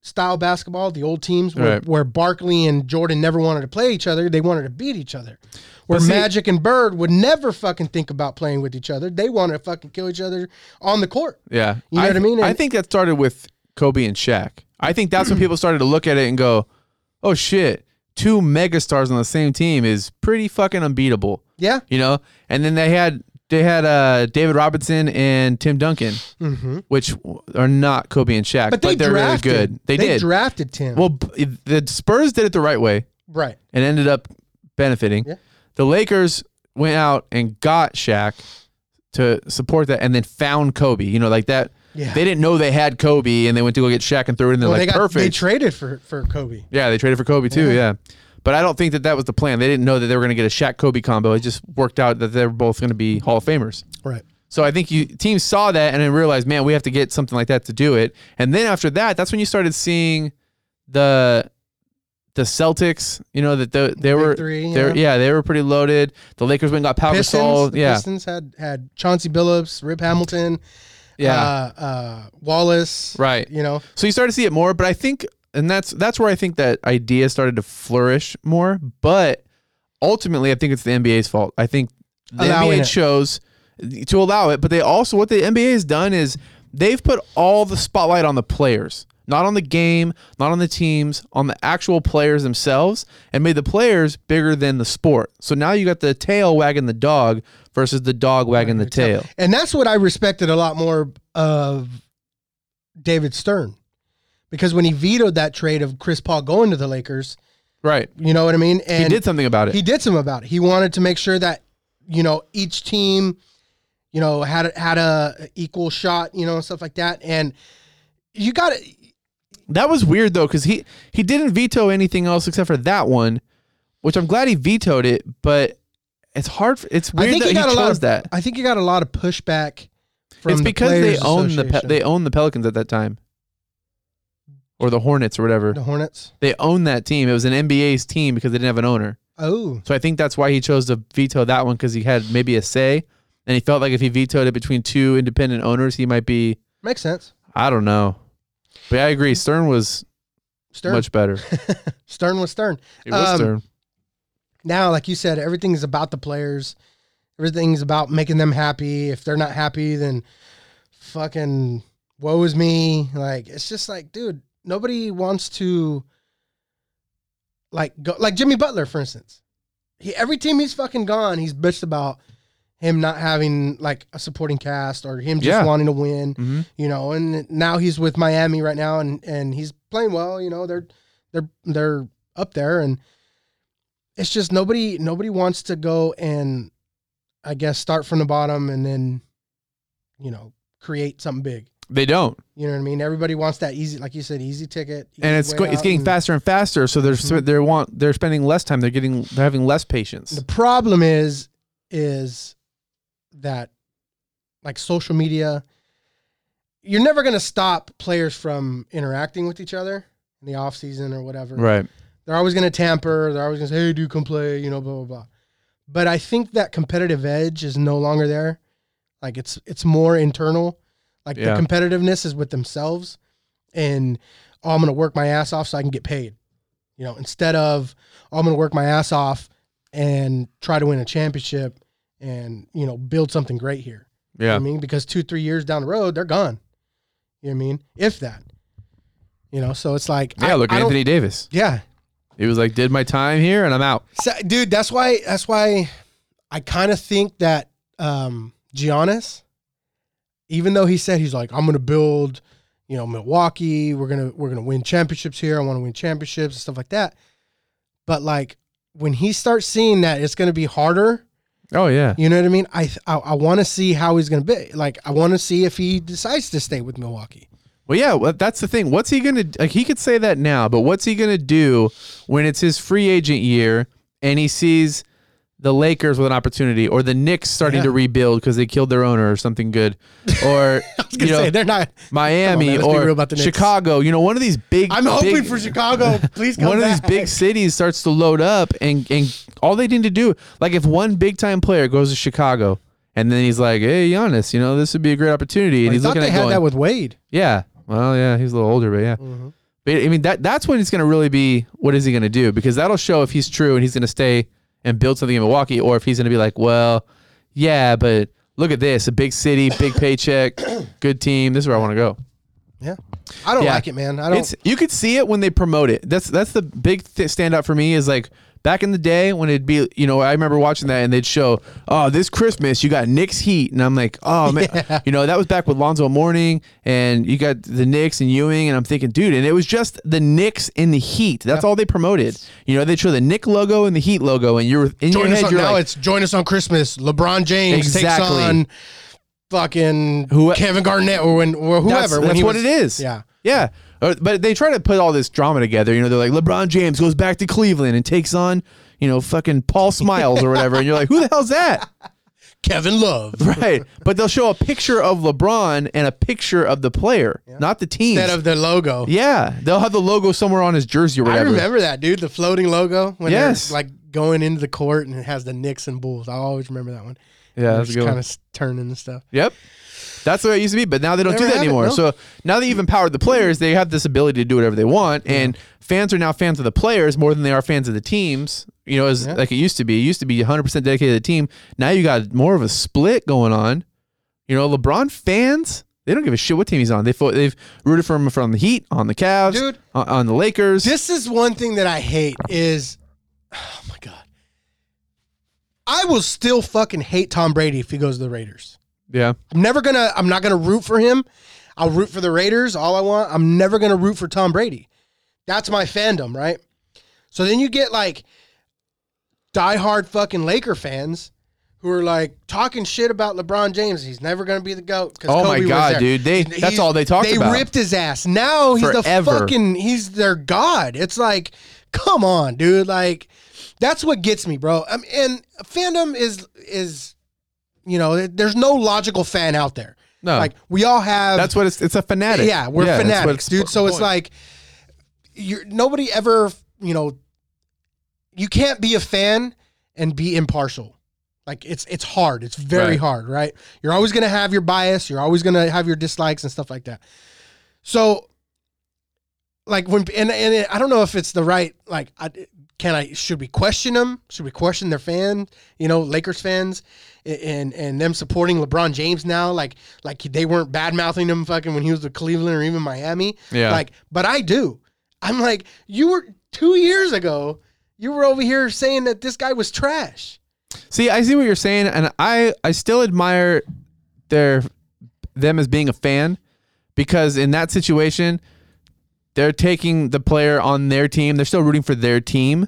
S1: style basketball, the old teams where,
S2: Right.
S1: where Barkley and Jordan never wanted to play each other. They wanted to beat each other. Where
S2: But see-
S1: Magic and Bird would never fucking think about playing with each other. They wanted to fucking kill each other on the court.
S2: Yeah.
S1: You know what I mean?
S2: I
S1: And-
S2: think that started with Kobe and Shaq. I think that's when people started to look at it and go, "Oh shit, two megastars on the same team is pretty fucking unbeatable."
S1: Yeah.
S2: You know? And then they had they had uh, David Robinson and Tim Duncan,
S1: Mm-hmm.
S2: which w- are not Kobe and Shaq,
S1: But they
S2: are
S1: drafted.
S2: really good. They, did.
S1: drafted Tim.
S2: well, b- the Spurs did it the right way.
S1: right.
S2: and ended up benefiting.
S1: Yeah.
S2: The Lakers went out and got Shaq to support that and then found Kobe. You know, like that.
S1: Yeah.
S2: They didn't know they had Kobe and they went to go get Shaq and threw it in there
S1: Well,
S2: like
S1: they got
S2: perfect.
S1: they traded for for Kobe.
S2: yeah, they traded for Kobe too. Yeah. But I don't think that that was the plan. They didn't know that they were going to get a Shaq Kobe combo. It just worked out that they were both going to be Hall of Famers.
S1: Right.
S2: So I think you teams saw that and then realized, man, we have to get something like that to do it. And then after that, that's when you started seeing the the Celtics. You know that the, they were
S1: three,
S2: they were-
S1: yeah.
S2: yeah they were pretty loaded. The Lakers went and got Pau
S1: Pistons.
S2: Gasol.
S1: The
S2: Yeah,
S1: Pistons had had Chauncey Billups, Rip Hamilton,
S2: yeah,
S1: uh, uh, Wallace.
S2: right.
S1: You know.
S2: So you started to see it more, but I think, and that's that's where I think that idea started to flourish more. But ultimately, I think it's the NBA's fault. I think the
S1: Allowing
S2: NBA
S1: it.
S2: chose to allow it, but they also what the NBA has done is they've put all the spotlight on the players, not on the game, not on the teams, on the actual players themselves, and made the players bigger than the sport. So now you got the tail wagging the dog versus the dog wagging the tail.
S1: And that's what I respected a lot more of David Stern. Because when he vetoed that trade of Chris Paul going to the Lakers,
S2: Right.
S1: you know what I mean? And
S2: He did something about it.
S1: he did some about it. He wanted to make sure that you know each team, you know, had a- had a equal shot, you know, and stuff like that. And you got to
S2: That was weird though, because he he didn't veto anything else except for that one, which I'm glad he vetoed it. But it's hard. For, it's weird
S1: I think
S2: that
S1: he
S2: he,
S1: got a
S2: chose
S1: lot of
S2: that.
S1: I think you got a lot of pushback. From
S2: It's
S1: the
S2: because they
S1: Players
S2: own the pe-
S1: Association.
S2: they own the Pelicans at that time, or the Hornets or whatever.
S1: the Hornets.
S2: They owned that team. It was an NBA's team because they didn't have an owner.
S1: Oh,
S2: So I think that's why he chose to veto that one because he had maybe a say, and he felt like if he vetoed it between two independent owners, he might be
S1: makes sense.
S2: I don't know. But I agree. Stern was
S1: Stern.
S2: much better.
S1: Stern was Stern.
S2: It was
S1: Um,
S2: Stern.
S1: Now, like you said, everything's about the players. Everything's about making them happy. If they're not happy, then fucking woe is me. Like it's just like, dude, nobody wants to like go like Jimmy Butler, for instance. He every team he's fucking gone, he's bitched about him not having like a supporting cast or him just
S2: Yeah.
S1: wanting to win
S2: hmm
S1: you know, and now he's with Miami right now, and and he's playing well. You know, they're they're they're up there, and it's just nobody nobody wants to go and I guess start from the bottom and then you know create something big.
S2: They don't,
S1: You know what I mean? Everybody wants that easy, like you said, easy ticket.
S2: and
S1: easy
S2: it's
S1: way
S2: go- it's
S1: out,
S2: getting
S1: and Mm-hmm.
S2: faster and faster. So they're sp- they're want they're spending less time. They're getting they're having less patience.
S1: The problem is, is that like social media, you're never gonna stop players from interacting with each other in the off season or whatever.
S2: Right.
S1: They're always going to tamper. They're always going to say, hey, dude, come play, you know, blah, blah, blah. But I think that competitive edge is no longer there. Like it's it's more internal. Like
S2: Yeah.
S1: the competitiveness is with themselves and oh, I'm going to work my ass off so I can get paid. You know, instead of oh, I'm going to work my ass off and try to win a championship and, you know, build something great here. You know
S2: Yeah.
S1: what I mean, because two, three years down the road, they're gone. You know what I mean? If that. You know, so it's like
S2: Yeah.
S1: I,
S2: look
S1: I
S2: at
S1: don't-
S2: Anthony Davis.
S1: Yeah.
S2: He was like, did my time here, and I'm out.
S1: So, dude, that's why that's why I kind of think that um Giannis, even though he said he's like, I'm gonna build, you know, Milwaukee, we're gonna we're gonna win championships here, I wanna win championships and stuff like that. But like when he starts seeing that it's gonna be harder,
S2: Oh yeah.
S1: you know what I mean? I I, I wanna see how he's gonna be like I wanna see if he decides to stay with Milwaukee.
S2: Well, yeah, well, that's the thing. What's he gonna like? He could say that now, but what's he gonna do when it's his free agent year and he sees the Lakers with an opportunity, or the Knicks starting
S1: Yeah.
S2: to rebuild because they killed their owner or something good, or you
S1: Gonna
S2: know
S1: say, they're not
S2: Miami
S1: man, let's be real about
S2: or
S1: the Knicks.
S2: Chicago? You know, one of these big.
S1: I'm hoping
S2: big-
S1: for Chicago. Please come
S2: One of these
S1: back.
S2: big cities starts to load up, and and all they need to do, like if one big time player goes to Chicago, and then he's like, "Hey, Giannis, you know this would be a great opportunity," and
S1: I
S2: he's
S1: thought
S2: looking
S1: they
S2: at
S1: had
S2: going,
S1: that with Mm-hmm. Wade.
S2: yeah. Well, yeah, he's a little older, but yeah. But I mean that that's when it's going to really be what is he going to do because that'll show if he's true and he's going to stay and build something in Milwaukee or if he's going to be like, well, yeah, but look at this, a big city, big paycheck, good team. This is where I want to go.
S1: Yeah. I don't
S2: Yeah.
S1: like it, man. I don't
S2: It's you could see it when they promote it. That's that's the big th- standout for me is like back in the day when it'd be you know I remember watching that and they'd show oh this Christmas you got Knicks Heat and I'm like oh man you know that was back with Lonzo Mourning and you got the Knicks and Ewing and I'm thinking dude and it was just the Knicks and the Heat that's all they promoted you know they'd show the Knick logo and the Heat logo and you're in your
S1: Join us
S2: head
S1: on,
S2: you're
S1: now.
S2: like
S1: it's join us on Christmas. LeBron James
S2: Exactly.
S1: takes on fucking
S2: Who- e-
S1: Kevin Garnett or when or whoever.
S2: that's,
S1: when
S2: that's
S1: he
S2: what
S1: was-
S2: it is
S1: Yeah,
S2: Yeah. Or- But they try to put all this drama together. You know, they're like, LeBron James goes back to Cleveland and takes on, you know, fucking Paul Smiles or whatever. And you're like, who the hell's that?
S1: Kevin Love
S2: Right. But they'll show a picture of LeBron and a picture of the player, not the team.
S1: instead of the logo.
S2: yeah. They'll have the logo somewhere on his jersey or
S1: I
S2: whatever.
S1: remember that dude, the floating logo when they're,
S2: Yes.
S1: like going into the court and it has the Knicks and Bulls. I always remember that one.
S2: Yeah, that's a
S1: just
S2: good
S1: kind
S2: one.
S1: of turning and stuff.
S2: Yep. That's the way it used to be, but now they don't
S1: Never
S2: do that
S1: have it,
S2: anymore.
S1: no.
S2: So now that you've empowered the players, they have this ability to do whatever they want, and fans are now fans of the players more than they are fans of the teams. You know, as like it used to be. It used to be 100 percent dedicated to the team. Now you got more of a split going on. You know, LeBron fans they don't give a shit what team he's on. They fo- they've rooted for him from the Heat, on the Cavs,
S1: Dude.
S2: on, on the Lakers.
S1: This is one thing that I hate is, oh my god, I will still fucking hate Tom Brady if he goes to the Raiders.
S2: yeah,
S1: I'm never gonna. I'm not gonna root for him. I'll root for the Raiders all I want. I'm never gonna root for Tom Brady. That's my fandom, right? So then you get like diehard fucking Laker fans who are like talking shit about LeBron James. He's never gonna be the goat. 'cause
S2: Oh my
S1: was
S2: God,
S1: there.
S2: dude. They-
S1: He's-
S2: that's all they talked
S1: They
S2: about.
S1: ripped his ass. Now he's
S2: Forever.
S1: the fucking. He's their god. It's like, come on, dude. Like, that's what gets me, bro. Um, and fandom is is you know, there- there's no logical fan out there.
S2: No.
S1: Like we all have
S2: Oh. that's what it's. It's a fanatic.
S1: yeah, we're
S2: that's what
S1: fanatics,
S2: it's-
S1: dude. So it's like you're nobody ever, you know, you can't be a fan and be impartial. Like it's it's hard. It's very
S2: Right.
S1: hard, right? You're always gonna have your bias. You're always gonna have your dislikes and stuff like that. So, like when and and I don't know if it's the right like I, can I should we question them? Should we question their fan? You know, Lakers fans a- and and them supporting LeBron James now. Like like they weren't bad mouthing him fucking when he was with Cleveland or even Miami.
S2: Yeah.
S1: Like, but I do. I'm like you were two years ago. You were over here saying that this guy was trash.
S2: See, I see what you're saying, and I I still admire their them as being a fan because in that situation, they're taking the player on their team. They're still rooting for their team,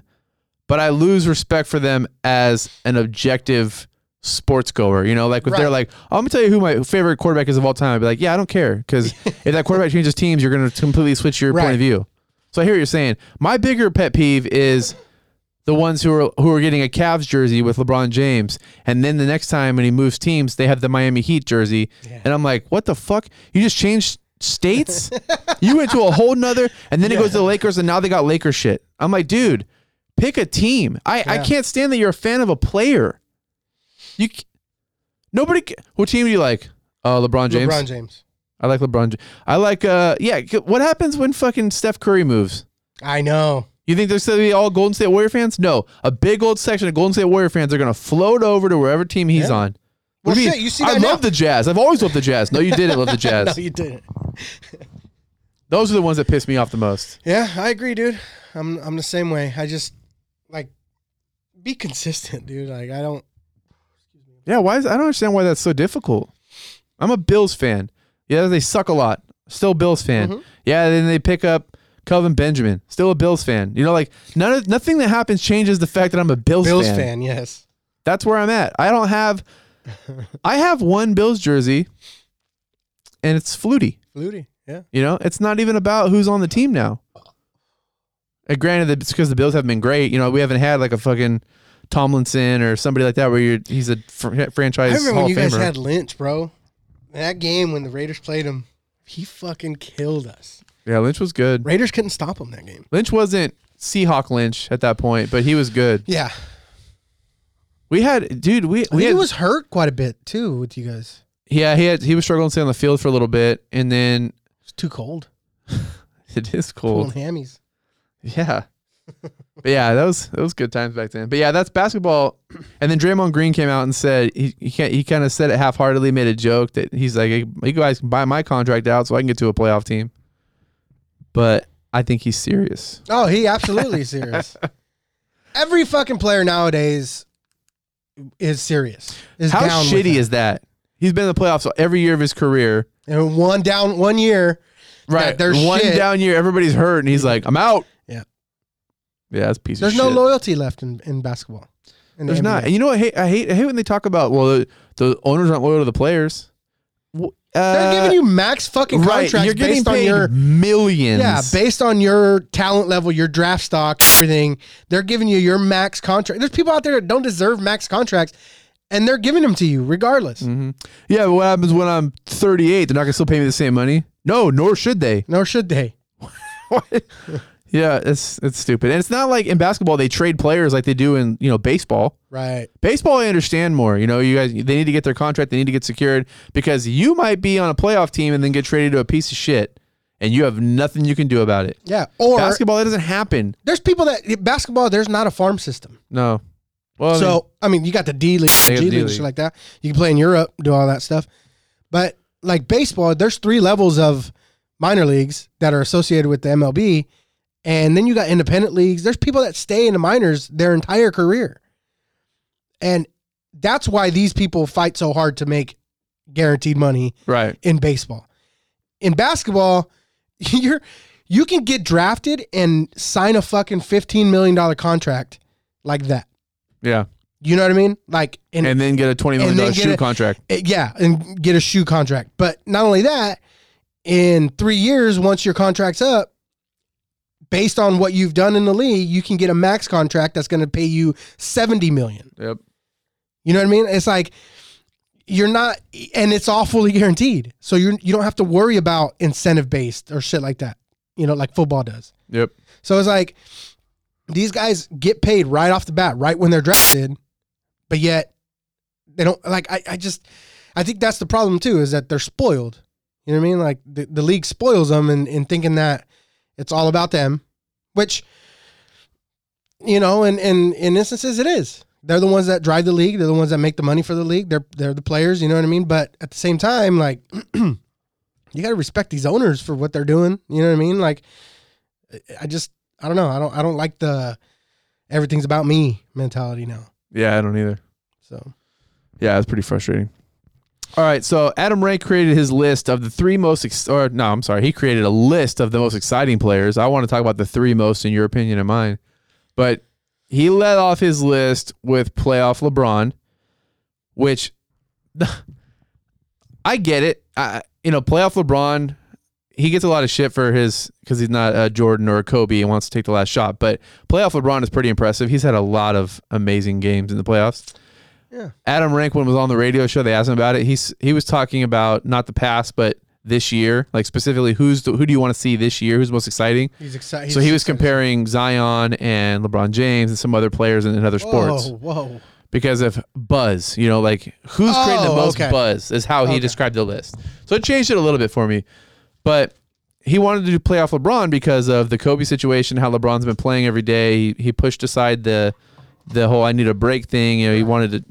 S2: but I lose respect for them as an objective sports goer. You know, like if they're
S1: Right.
S2: like, "Oh, I'm gonna tell you who my favorite quarterback is of all time, I'd be like, yeah, I don't care because if that quarterback changes teams, you're gonna completely switch your point
S1: Right.
S2: of view. So I hear what you're saying. My bigger pet peeve is the ones who are who are getting a Cavs jersey with LeBron James, and then the next time when he moves teams, they have the Miami Heat jersey, and I'm like, what the fuck? You just changed states? you went to a whole nother, and then it goes to the Lakers, and now they got Lakers shit. I'm like, dude, pick a team. I I
S1: Yeah.
S2: can't stand that you're a fan of a player. You c- nobody. c- What team do you like? Uh, LeBron James.
S1: LeBron James.
S2: I like LeBron. Ja- I like. Uh, yeah. c- What happens when fucking Steph Curry moves?
S1: I know.
S2: You think they're still gonna be all Golden State Warrior fans? No, a big old section of Golden State Warrior fans are gonna float over to wherever team he's
S1: Yeah.
S2: on.
S1: Well,
S2: What do
S1: shit, you see
S2: I
S1: that now.
S2: love the Jazz. I've always loved the Jazz. No, you didn't love the Jazz.
S1: No, you didn't.
S2: Those are the ones that piss me off the most.
S1: Yeah, I agree, dude. I'm I'm the same way. I just like be consistent, dude. Like I don't.
S2: Yeah, why is I don't understand why that's so difficult. I'm a Bills fan. Yeah, they suck a lot. Still Bills fan.
S1: Mm-hmm.
S2: Yeah, then they pick up Kelvin Benjamin. Still a Bills fan. You know, like none of nothing that happens changes the fact that I'm a Bills,
S1: Bills
S2: fan.
S1: fan, yes.
S2: That's where I'm at. I don't have I have one Bills jersey and it's Flutie.
S1: Flutie, yeah.
S2: You know, it's not even about who's on the team now. And granted, that it's because the Bills haven't been great. You know, we haven't had like a fucking Tomlinson or somebody like that where you're he's a fr- franchise.
S1: I remember
S2: Hall
S1: when
S2: of
S1: you guys
S2: Famer.
S1: had Lynch, bro. That game when the Raiders played him, he fucking killed us.
S2: Yeah, Lynch was good.
S1: Raiders couldn't stop him that game.
S2: Lynch wasn't Seahawk Lynch at that point, but he was good.
S1: Yeah,
S2: We had, dude, we,
S1: I
S2: we
S1: think
S2: had,
S1: he was hurt quite a bit too with you guys.
S2: yeah, he had, he was struggling to stay on the field for a little bit, and then
S1: It's too cold.
S2: it is cold.
S1: Pulling hammies.
S2: Yeah. but yeah, that was that was good times back then. But yeah, that's basketball. And then Draymond Green came out and said he he, can't, he kind of said it half heartedly, made a joke that he's like, "Hey, you guys can buy my contract out so I can get to a playoff team. But I think he's serious.
S1: Oh, he absolutely is serious. Every fucking player nowadays is serious. Is
S2: How
S1: down with
S2: shitty
S1: it.
S2: is that? He's been in the playoffs every year of his career.
S1: and one down one year?
S2: Right.
S1: that there's
S2: one
S1: shit.
S2: down year, everybody's hurt, and he's like, I'm out.
S1: Yeah.
S2: Yeah, that's a piece
S1: There's
S2: of
S1: no
S2: shit.
S1: loyalty left in, in basketball. In the
S2: There's not.
S1: NBA.
S2: And you know what? I hate, I hate I hate when they talk about well the, the owners aren't loyal to the players. Wh-
S1: They're
S2: uh,
S1: giving you max fucking contracts
S2: You're getting
S1: based on
S2: paid
S1: your
S2: millions.
S1: yeah, based on your talent level, your draft stock, everything. They're giving you your max contract. There's people out there that don't deserve max contracts, and they're giving them to you regardless.
S2: Mm. yeah. But what happens when I'm 38? They're not gonna still pay me the same money. No, nor should they.
S1: Nor should they.
S2: yeah, it's it's stupid, and it's not like in basketball they trade players like they do in you know baseball.
S1: Right.
S2: Baseball, I understand more. You know, you guys they need to get their contract, they need to get secured because you might be on a playoff team and then get traded to a piece of shit, and you have nothing you can do about it.
S1: Yeah. Or
S2: basketball, that doesn't happen.
S1: there's people that basketball. There's not a farm system.
S2: No. Well, I mean-
S1: so I mean, you got the D league,
S2: They
S1: G
S2: got
S1: league,
S2: D
S1: and
S2: League.
S1: shit like that. You can play in Europe, do all that stuff. But like baseball, there's three levels of minor leagues that are associated with the MLB, and then you got independent leagues. There's people that stay in the minors their entire career, and that's why these people fight so hard to make guaranteed money
S2: right.
S1: in baseball. In basketball, you're you can get drafted and sign a fucking fifteen million dollar contract like that.
S2: Yeah.
S1: You know what I mean? Like, and,
S2: And then get a $20 million
S1: And then get
S2: shoe
S1: a-
S2: contract.
S1: eh, yeah, and get a shoe contract. But not only that, in three years, once your contract's up, based on what you've done in the league, you can get a max contract that's going to pay you seventy million.
S2: Yep.
S1: You know what I mean? It's like you're not, and it's all fully guaranteed, so you you don't have to worry about incentive based or shit like that. You know, like football does.
S2: Yep.
S1: So it's like these guys get paid right off the bat, right when they're drafted, but yet they don't like I, I just I think that's the problem too, is that they're spoiled. You know what I mean? Like the, the league spoils them and, and thinking that it's all about them, which you know, in, in in instances it is. They're the ones that drive the league, they're the ones that make the money for the league, they're they're the players, you know what I mean? But at the same time, like you gotta respect these owners for what they're doing. You know what I mean? Like I just I don't know. I don't I don't like the everything's about me mentality now.
S2: Yeah, I don't either.
S1: So
S2: Yeah, it's pretty frustrating. All right, so Adam Ray created his list of the three most, ex- or no, I'm sorry, he created a list of the most exciting players. I want to talk about the three most in your opinion and mine, but he led off his list with playoff LeBron, which I get it. I, you know, playoff LeBron, he gets a lot of shit for his because he's not a Jordan or a Kobe and wants to take the last shot. But playoff LeBron is pretty impressive. He's had a lot of amazing games in the playoffs.
S1: Yeah.
S2: Adam Rankin was on the radio show. They asked him about it. He's he was talking about not the past, but this year, like specifically, who's the, who do you want to see this year? Who's most exciting?
S1: He's excited.
S2: so he was comparing Zion and LeBron James and some other players in, in other sports
S1: Whoa, whoa.
S2: because of buzz. You know, like who's creating the
S1: Oh,
S2: most
S1: okay.
S2: buzz is how he
S1: Okay.
S2: described the list. So it changed it a little bit for me, but he wanted to do play off LeBron because of the Kobe situation, how LeBron's been playing every day. He, he pushed aside the the whole I need a break thing. You know, he wanted to.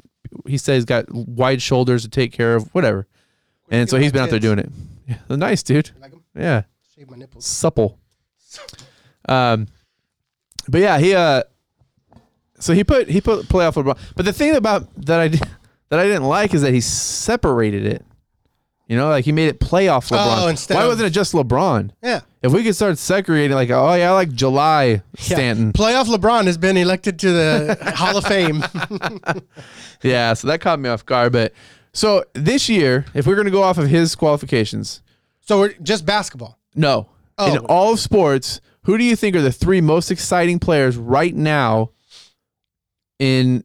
S2: He said he's got wide shoulders to take care of, whatever. And so
S1: give
S2: he's
S1: my
S2: been out there
S1: kids.
S2: doing it. Yeah, nice dude.
S1: Like him?
S2: Yeah
S1: Shave my nipples.
S2: supple. Um, but yeah, he uh, so he put he put playoff LeBron. But the thing about that I did- that I didn't like is that he separated it. You know, like he made it playoff LeBron.
S1: Oh, instead
S2: Why
S1: of-
S2: wasn't it just LeBron?
S1: Yeah.
S2: If we could start segregating, like, oh yeah, I like July
S1: Yeah.
S2: Stanton.
S1: Playoff LeBron has been elected to the Hall of Fame.
S2: Yeah, so that caught me off guard. But so this year, if we're gonna go off of his qualifications,
S1: So we're just basketball.
S2: No. In
S1: Oh.
S2: all of sports, who do you think are the three most exciting players right now in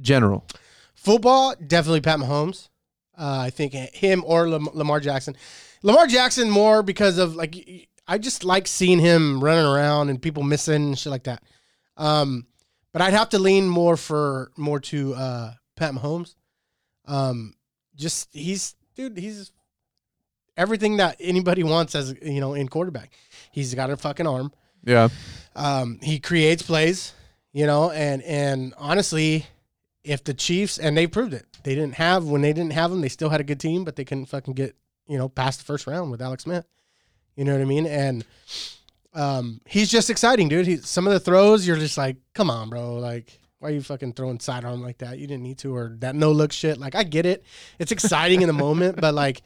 S2: general?
S1: Football, definitely Pat Mahomes. Uh, I think him or Lam- Lamar Jackson. Lamar Jackson more because of like y- y- I just like seeing him running around and people missing and shit like that. Um, but I'd have to lean more for more to uh, Pat Mahomes. Um, just he's dude, he's everything that anybody wants as you know in quarterback. He's got a fucking arm.
S2: Yeah.
S1: um, he creates plays, you know, and and honestly, if the Chiefs and they proved it, they didn't have when they didn't have him, they still had a good team, but they couldn't fucking get you know past the first round with Alex Smith. You know what I mean? And um, he's just exciting, dude. He, some of the throws, you're just like, come on, bro, like. Why are you fucking throwing sidearm like that? You didn't need to, or that no look shit. Like I get it, it's exciting in the moment, but like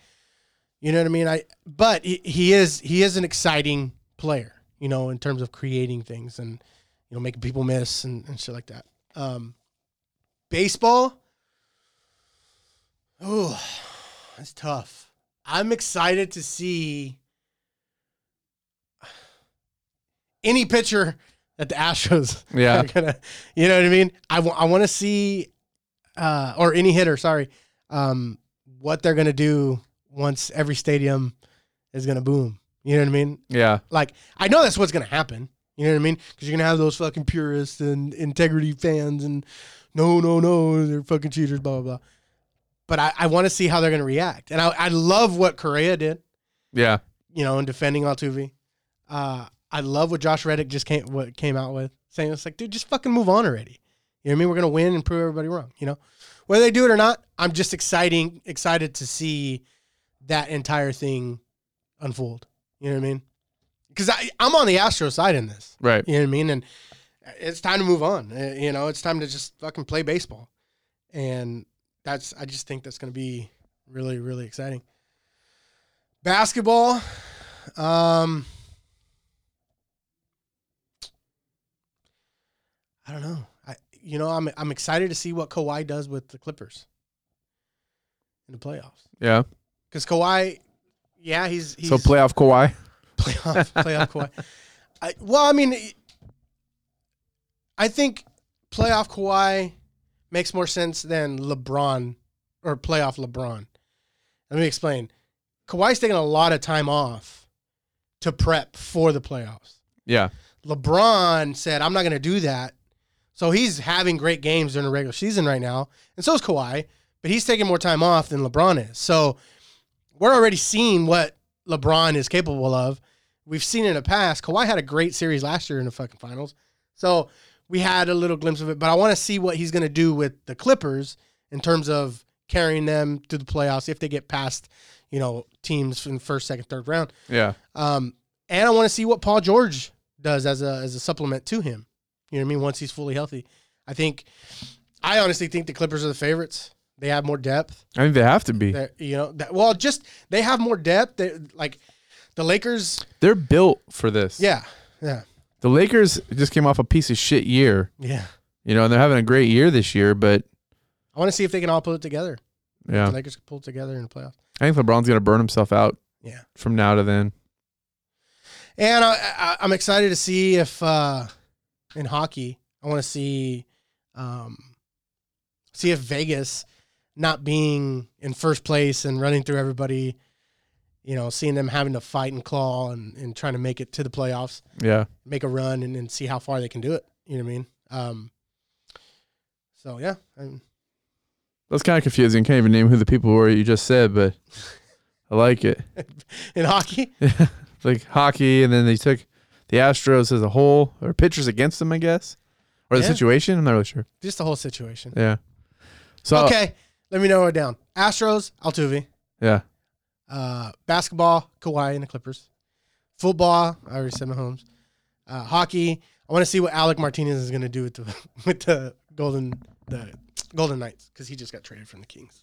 S1: you know what I mean? I but he, he is he is an exciting player, you know, in terms of creating things and you know making people miss and, and shit like that. Um, baseball, oh, that's tough. I'm excited to see any pitcher that the Astros
S2: Yeah.
S1: are gonna, you know what I mean? I want to see, uh, or any hitter, sorry, um, what they're gonna do once every stadium is gonna boom. You know what I mean?
S2: Yeah.
S1: Like I know that's what's gonna happen. You know what I mean? Because you're gonna have those fucking purists and integrity fans and no, no, no, they're fucking cheaters, blah blah blah. But I, I want to see how they're gonna react, and I, I love what Correa did
S2: Yeah.
S1: you know, in defending Altuve. Uh, I love what Josh Reddick just came what came out with saying it's like, dude, just fucking move on already. You know what I mean? We're gonna win and prove everybody wrong. You know, whether they do it or not, I'm just exciting excited to see that entire thing unfold. You know what I mean? Because I'm on the Astro side in this.
S2: Right.
S1: You know what I mean? And uh, it's time to move on. Uh, You know, it's time to just fucking play baseball. And that's, I just think that's going to be really, really exciting. Basketball. Um, I don't know. I, you know, I'm, I'm excited to see what Kawhi does with the Clippers in the playoffs.
S2: Yeah.
S1: Because Kawhi, yeah, he's, he's
S2: So playoff Kawhi.
S1: playoff playoff Kawhi. I, well, I mean, I think playoff Kawhi makes more sense than LeBron or playoff LeBron. Let me explain. Kawhi's taking a lot of time off to prep for the playoffs.
S2: Yeah.
S1: LeBron said, "I'm not going to do that," so he's having great games during the regular season right now, and so is Kawhi, but he's taking more time off than LeBron is. So we're already seeing what LeBron is capable of. We've seen it in the past. Kawhi had a great series last year in the fucking finals, so we had a little glimpse of it. But I want to see what he's going to do with the Clippers in terms of carrying them to the playoffs if they get past, you know, teams in first, second, third round.
S2: Yeah.
S1: Um, and I want to see what Paul George does as a as a supplement to him. You know what I mean? Once he's fully healthy, I think. I honestly think the Clippers are the favorites. They have more depth.
S2: I think they have to be.
S1: They're- you know, that, well, just they have more depth. They, like the Lakers.
S2: They're built for this.
S1: Yeah, yeah,
S2: The Lakers just came off a piece of shit year,
S1: yeah.
S2: you know, and they're having a great year this year, but
S1: I want to see if they can all pull it together.
S2: Yeah.
S1: The Lakers can pull it together in the playoffs.
S2: I think LeBron's gonna burn himself out
S1: Yeah.
S2: from now to then.
S1: And I, I, I'm excited to see if uh, in hockey, I want to see um, see if Vegas not being in first place and running through everybody, you know, seeing them having to fight and claw and, and trying to make it to the playoffs,
S2: Yeah.
S1: make a run and, and see how far they can do it. You know what I mean? Um, so yeah, I'm,
S2: That's kind of confusing. Can't even name who the people were you just said, but I like it.
S1: in hockey,
S2: like hockey, and then they took the Astros as a whole, or pitchers against them, I guess, or the
S1: Yeah.
S2: situation. I'm not really sure.
S1: just the whole situation.
S2: Yeah. So
S1: okay, let me narrow it down. Astros, Altuve.
S2: yeah,
S1: Uh, basketball, Kawhi and the Clippers. Football, I already said Mahomes. Uh, hockey, I want to see what Alec Martinez is going to do with the with the Golden the Golden Knights because he just got traded from the Kings.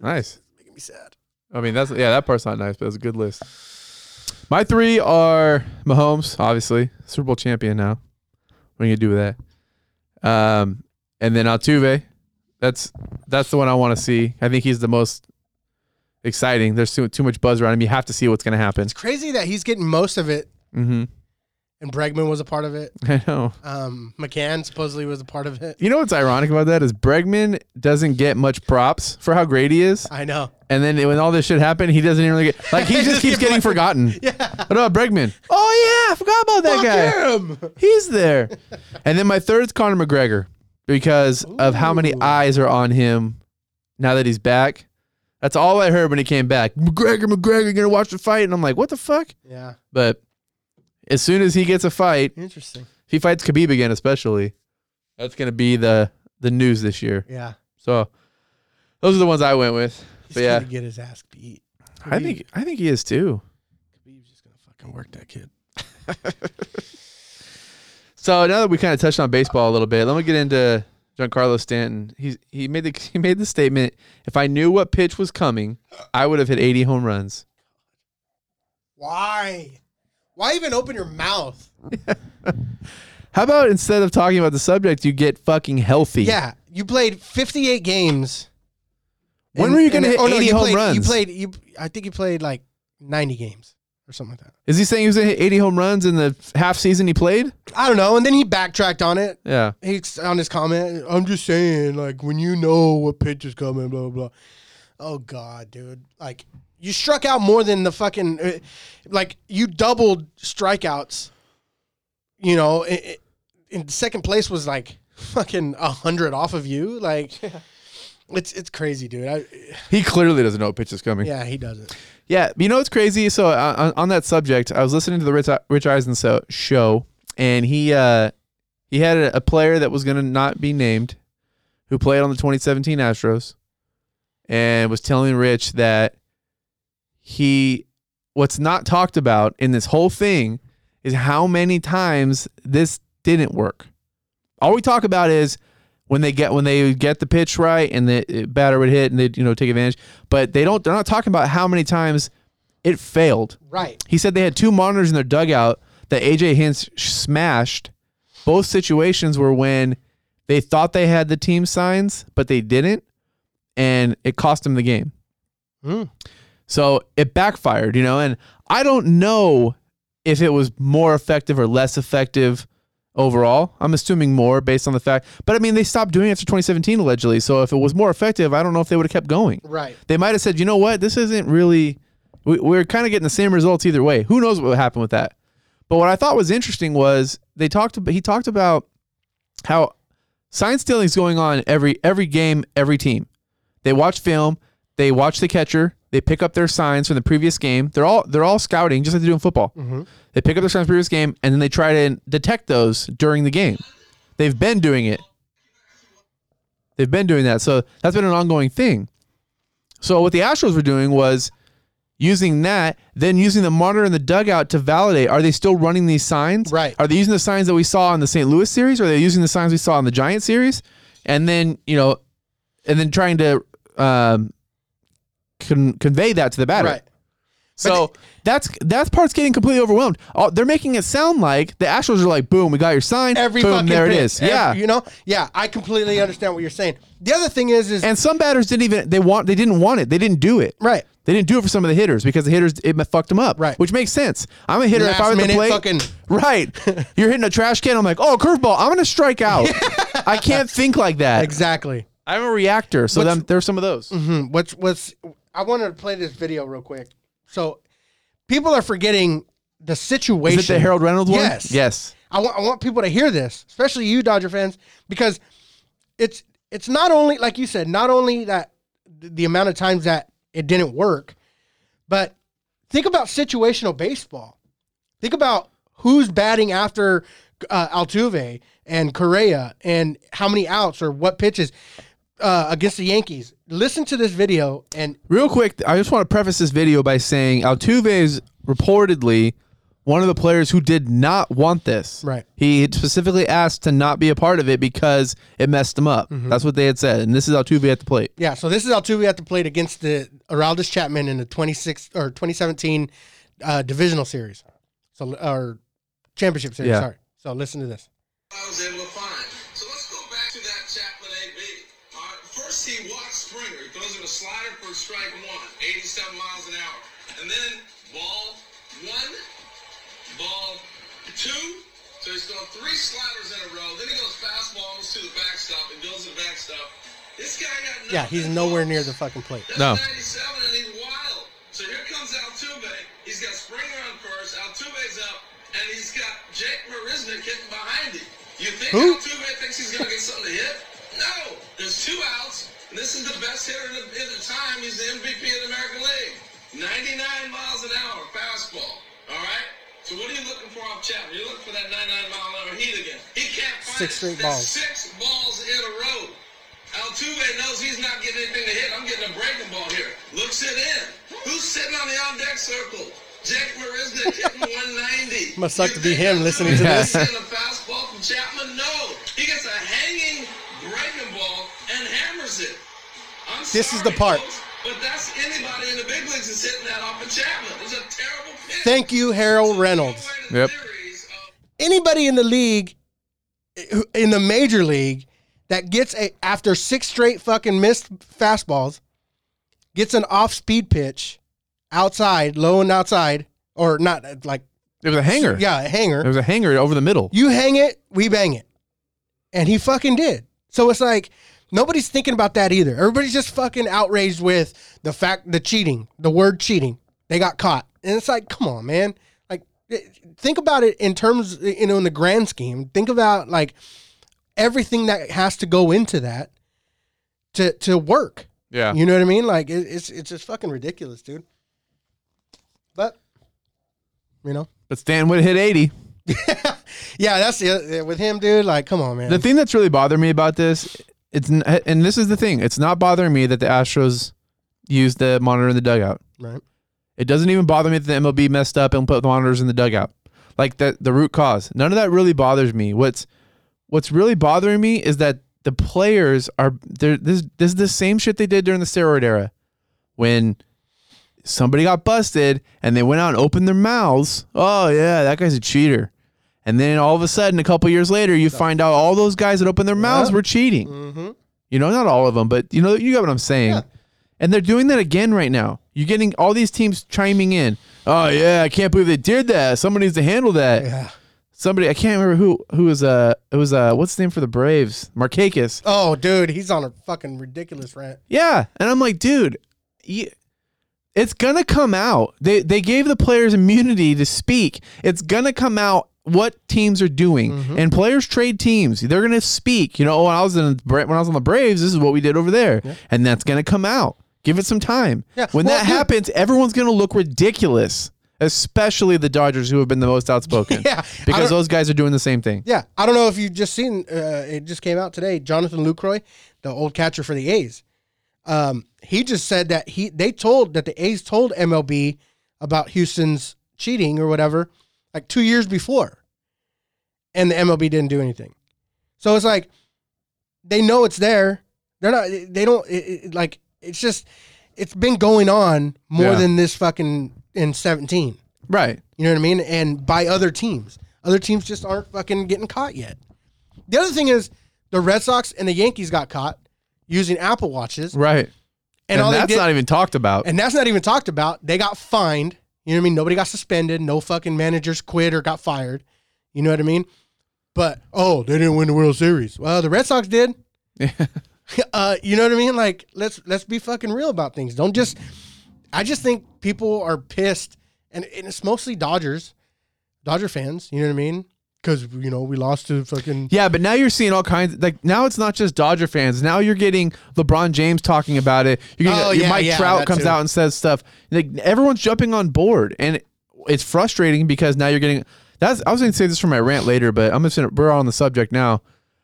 S2: nice.
S1: Making me sad.
S2: I mean, that's yeah, that part's not nice, but it's a good list. My three are Mahomes, obviously Super Bowl champion now. What are you gonna do with that? Um, and then Altuve. That's that's the one I want to see. I think he's the most exciting. There's too, too much buzz around him. You have to see what's gonna happen.
S1: It's crazy that he's getting most of it,
S2: Mm-hmm.
S1: and Bregman was a part of it.
S2: I know.
S1: Um, McCann supposedly was a part of it.
S2: You know what's ironic about that is Bregman doesn't get much props for how great he is,
S1: I know.
S2: and then when all this shit happened, he doesn't even really get like he just keeps getting forgotten.
S1: Yeah.
S2: What about Bregman? Oh yeah, I forgot about that
S1: Fuck
S2: guy.
S1: him.
S2: He's there. and then my third is Conor McGregor because of how many
S1: Ooh.
S2: eyes are on him now that he's back. That's all I heard when he came back. McGregor, McGregor, gonna watch the fight, and I'm like, what the fuck?
S1: Yeah.
S2: But as soon as he gets a fight,
S1: Interesting.
S2: if he fights Khabib again, especially, that's gonna be the the news this year.
S1: Yeah.
S2: So those are the ones I went with.
S1: He's
S2: But yeah,
S1: gonna get his ass beat.
S2: I think I think he is too.
S1: Khabib's just gonna fucking work that kid.
S2: So now that we kind of touched on baseball a little bit, let me get into Giancarlo Stanton. He's he made the he made the statement: if I knew what pitch was coming, I would have hit 80 home runs.
S1: Why? Why even open your mouth?
S2: How about instead of talking about the subject, you get fucking healthy?
S1: Yeah, you played 58 games.
S2: When
S1: And-
S2: were you
S1: and-
S2: going to hit
S1: oh, no,
S2: 80
S1: you
S2: home
S1: played-
S2: runs?
S1: You played. You, I think you played like 90 games or something like that.
S2: Is he saying he was going to hit 80 home runs in the half season he played?
S1: I don't know. And then he backtracked on it.
S2: Yeah.
S1: He's on his comment. I'm just saying, like when you know what pitch is coming, blah blah. blah. Oh god, dude! Like you struck out more than the fucking, uh, like you doubled strikeouts. You know, i i- in second place was like fucking a hundred off of you. Like it's it's crazy, dude. I,
S2: He clearly doesn't know what pitch is coming.
S1: yeah, he doesn't.
S2: Yeah, you know what's crazy? So uh, on, on that subject, I was listening to the Rich, Rich Eisen so, show, and he uh, he had a, a player that was going to not be named, who played on the 2017 Astros, and was telling Rich that he what's not talked about in this whole thing is how many times this didn't work. All we talk about is when they get when they get the pitch right and the uh, batter would hit and they would you know take advantage, but they don't. They're not talking about how many times it failed.
S1: Right.
S2: He said they had two monitors in their dugout that AJ Hinch smashed. Both situations were when they thought they had the team signs, but they didn't, and it cost them the game. Hmm.
S1: Mm.
S2: So it backfired, you know, and I don't know if it was more effective or less effective overall. I'm assuming more based on the fact, but I mean, they stopped doing it after 2017 allegedly. So if it was more effective, I don't know if they would have kept going.
S1: Right.
S2: They might have said, you know what, this isn't really, we, we're kind of getting the same results either way. Who knows what would happen with that? But what I thought was interesting was they talked about, he talked about how sign stealing is going on every every game, every team. They watch film, they watch the catcher, they pick up their signs from the previous game. They're all they're all scouting, just like they do in football.
S1: Mm-hmm.
S2: They pick up their signs from the previous game, and then they try to detect those during the game. They've been doing it. They've been doing that, so that's been an ongoing thing. So what the Astros were doing was using that, then using the monitor in the dugout to validate: Are they still running these signs?
S1: Right.
S2: Are they using the signs that we saw in the St. Louis series? Or are they using the signs we saw in the Giant series? And then you know, and then trying to um, con- convey that to the batter.
S1: Right.
S2: So that's that part's getting completely overwhelmed. Oh, they're making it sound like the Astros are like, boom, we got your sign.
S1: Every
S2: boom,
S1: fucking
S2: there
S1: pitch.
S2: it is.
S1: Every-
S2: yeah.
S1: you know, yeah, I completely understand what you're saying. The other thing is, is
S2: and some batters didn't even they want they didn't want it. They didn't do it.
S1: right.
S2: They didn't do it for some of the hitters because the hitters it fucked them up.
S1: Right.
S2: Which makes sense. I'm a hitter. if I
S1: Last
S2: were at the
S1: minute
S2: plate,
S1: fucking-
S2: right. You're hitting a trash can. I'm like, oh, curveball. I'm gonna strike out. I can't think like that.
S1: Exactly.
S2: I'm a reactor. So them, there's some of those.
S1: Hmm, What's what's I wanted to play this video real quick. So people are forgetting the situation.
S2: Is it the Harold Reynolds one?
S1: Yes.
S2: Yes.
S1: I want I want people to hear this, especially you Dodger fans, because it's it's not only like you said, not only that th- the amount of times that it didn't work, but think about situational baseball. Think about who's batting after uh, Altuve and Correa and how many outs or what pitches uh, against the Yankees. Listen to this video and
S2: Real quick, I just want to preface this video by saying Altuve is reportedly one of the players who did not want this.
S1: Right.
S2: He had specifically asked to not be a part of it because it messed him up. That's what they had said. And this is Altuve at the plate.
S1: Yeah, so this is Altuve at the plate against the Araldis Chapman in the 26 or 2017 uh, divisional series. So or championship series,
S2: Yeah.
S1: sorry. So listen to this.
S3: I was able to find. So let's go back to that Chapman AB. All right, first, he walks Springer. He throws him a slider for strike one, 87 miles an hour. And then ball one, ball two. So he's thrown three sliders in a row. Then he goes fastball almost to the backstop and goes to the backstop. This guy got
S1: Yeah, he's
S3: nothing.
S1: nowhere near the fucking plate.
S2: No.
S3: 97 and he's wild. So here comes Altuve. He's got Springer on first. Altuve's up, and he's got Jake Marisnik hitting behind him. You think
S1: Who?
S3: Altuve thinks he's gonna get something to hit? No. There's two outs, and this is the best hitter in the, in the time. He's the MVP of the American League. 99 miles an hour fastball. All right. So what are you looking for off Chapman? You're looking for that 99 mile an hour heat again. He can't find
S1: Six
S3: it.
S1: straight
S3: That's
S1: balls.
S3: six balls in a row. Altuve knows he's not getting anything to hit. I'm getting a breaking ball here. Looks it in. Who's sitting on the on deck circle? Jack Marisnik hitting 190.
S1: Must suck
S3: You
S1: to be
S3: think
S1: him
S3: Altuve
S1: listening to
S2: this.
S3: is Getting a fastball from Chapman? No. He gets a hanging breaking ball and hammers it. I'm
S1: This is
S3: sorry,
S1: the part.
S3: folks, but that's anybody in the big leagues is hitting that off of Chapman. It's a terrible pitch.
S1: Thank you, Harold Reynolds.
S2: Yep.
S3: Series of-
S1: Anybody in the league who- in the major league that gets a after six straight fucking missed fastballs gets an off-speed pitch outside, low and outside or not uh, like
S2: It was a hanger.
S1: yeah, a hanger.
S2: It was a hanger over the middle.
S1: you hang it, we bang it. And he fucking did. So it's like nobody's thinking about that either. Everybody's just fucking outraged with the fact the cheating, the word cheating. They got caught. And it's like, come on, man. Like th- think about it in terms you know in the grand scheme. Think about like everything that has to go into that to to work.
S2: yeah.
S1: You know what I mean? Like it, it's it's just fucking ridiculous, dude. But you know.
S2: But Stan would hit 80.
S1: Yeah, that's it. With him, dude, like come on, man.
S2: The thing that's really bothered me about this, it's n- and this is the thing, it's not bothering me that the Astros used the monitor in the dugout.
S1: right.
S2: It doesn't even bother me that the MLB messed up and put the monitors in the dugout. Like the the root cause. None of that really bothers me. What's what's really bothering me is that the players are they're this this is the same shit they did during the steroid era. When somebody got busted and they went out and opened their mouths, oh yeah, that guy's a cheater. And then all of a sudden, a couple years later, you find out all those guys that opened their mouths
S1: Yeah.
S2: were cheating.
S1: Mm-hmm.
S2: You know, not all of them, but you know, you got what I'm saying.
S1: Yeah.
S2: And they're doing that again right now. You're getting all these teams chiming in. Oh yeah, I can't believe they did that. Somebody needs to handle that.
S1: Yeah.
S2: Somebody, I can't remember who who was uh it was uh what's the name for the Braves? Markakis.
S1: Oh, dude, he's on a fucking ridiculous rant.
S2: Yeah, and I'm like, dude, you, it's gonna come out. They they gave the players immunity to speak. It's gonna come out what teams are doing,
S1: Mm-hmm.
S2: and players trade teams. They're gonna speak. You know, oh, when I was in Bra- when I was on the Braves, this is what we did over there, and that's gonna come out. Give it some time.
S1: Yeah,
S2: When
S1: well,
S2: that
S1: dude-
S2: happens, everyone's gonna look ridiculous, especially the Dodgers, who have been the most outspoken.
S1: Yeah, I
S2: because
S1: don't-
S2: those guys are doing the same thing.
S1: Yeah, I don't know if you've just seen. Uh, it just came out today. Jonathan Lucroy, the old catcher for the A's, um, he just said that he they told that the A's told MLB about Houston's cheating or whatever, like two years before, and the MLB didn't do anything. So it's like they know it's there. They're not. They don't it, it, like. It's just. It's been going on more
S2: Yeah.
S1: than this fucking and 17.
S2: Right.
S1: You know what I mean? And by other teams. Other teams just aren't fucking getting caught yet. The other thing is the Red Sox and the Yankees got caught using Apple Watches.
S2: Right.
S1: And,
S2: And,
S1: all
S2: that's
S1: they did,
S2: not even talked about.
S1: and that's not even talked about. They got fined. You know what I mean? Nobody got suspended. No fucking managers quit or got fired. You know what I mean? But oh, they didn't win the World Series. Well, the Red Sox did. uh, you know what I mean? Like let's let's be fucking real about things. Don't just. I just think people are pissed, and, and it's mostly Dodgers, Dodger fans. You know what I mean? Because you know we lost to fucking
S2: yeah, but now you're seeing all kinds. Like now, it's not just Dodger fans. Now you're getting LeBron James talking about it. You're getting
S1: Oh,
S2: your
S1: yeah,
S2: Mike
S1: yeah,
S2: Trout
S1: that
S2: comes
S1: too.
S2: out and says stuff. Like everyone's jumping on board, and it's frustrating because now you're getting. That's I was going to say this for my rant later, but I'm just gonna, we're on the subject now.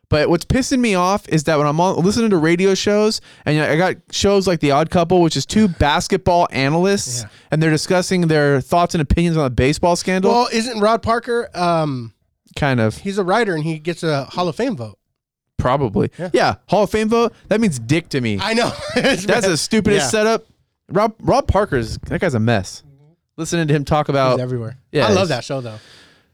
S2: But what's pissing me off is that when I'm on, listening to radio shows, and you know, I got shows like The Odd Couple, which is two basketball analysts,
S1: Yeah.
S2: and they're discussing their thoughts and opinions on the baseball scandal.
S1: well, isn't Rod Parker? Um,
S2: kind of.
S1: he's a writer and he gets a Hall of Fame vote.
S2: Probably. Yeah. Hall of Fame vote. That means dick to me.
S1: I know. It's
S2: That's
S1: bad.
S2: the stupidest
S1: Yeah.
S2: setup. Rob Rob Parker's that guy's a mess. Listening to him talk
S1: Mm-hmm. He's
S2: about,
S1: everywhere.
S2: Oh, yeah,
S1: I love
S2: it's-
S1: that show though.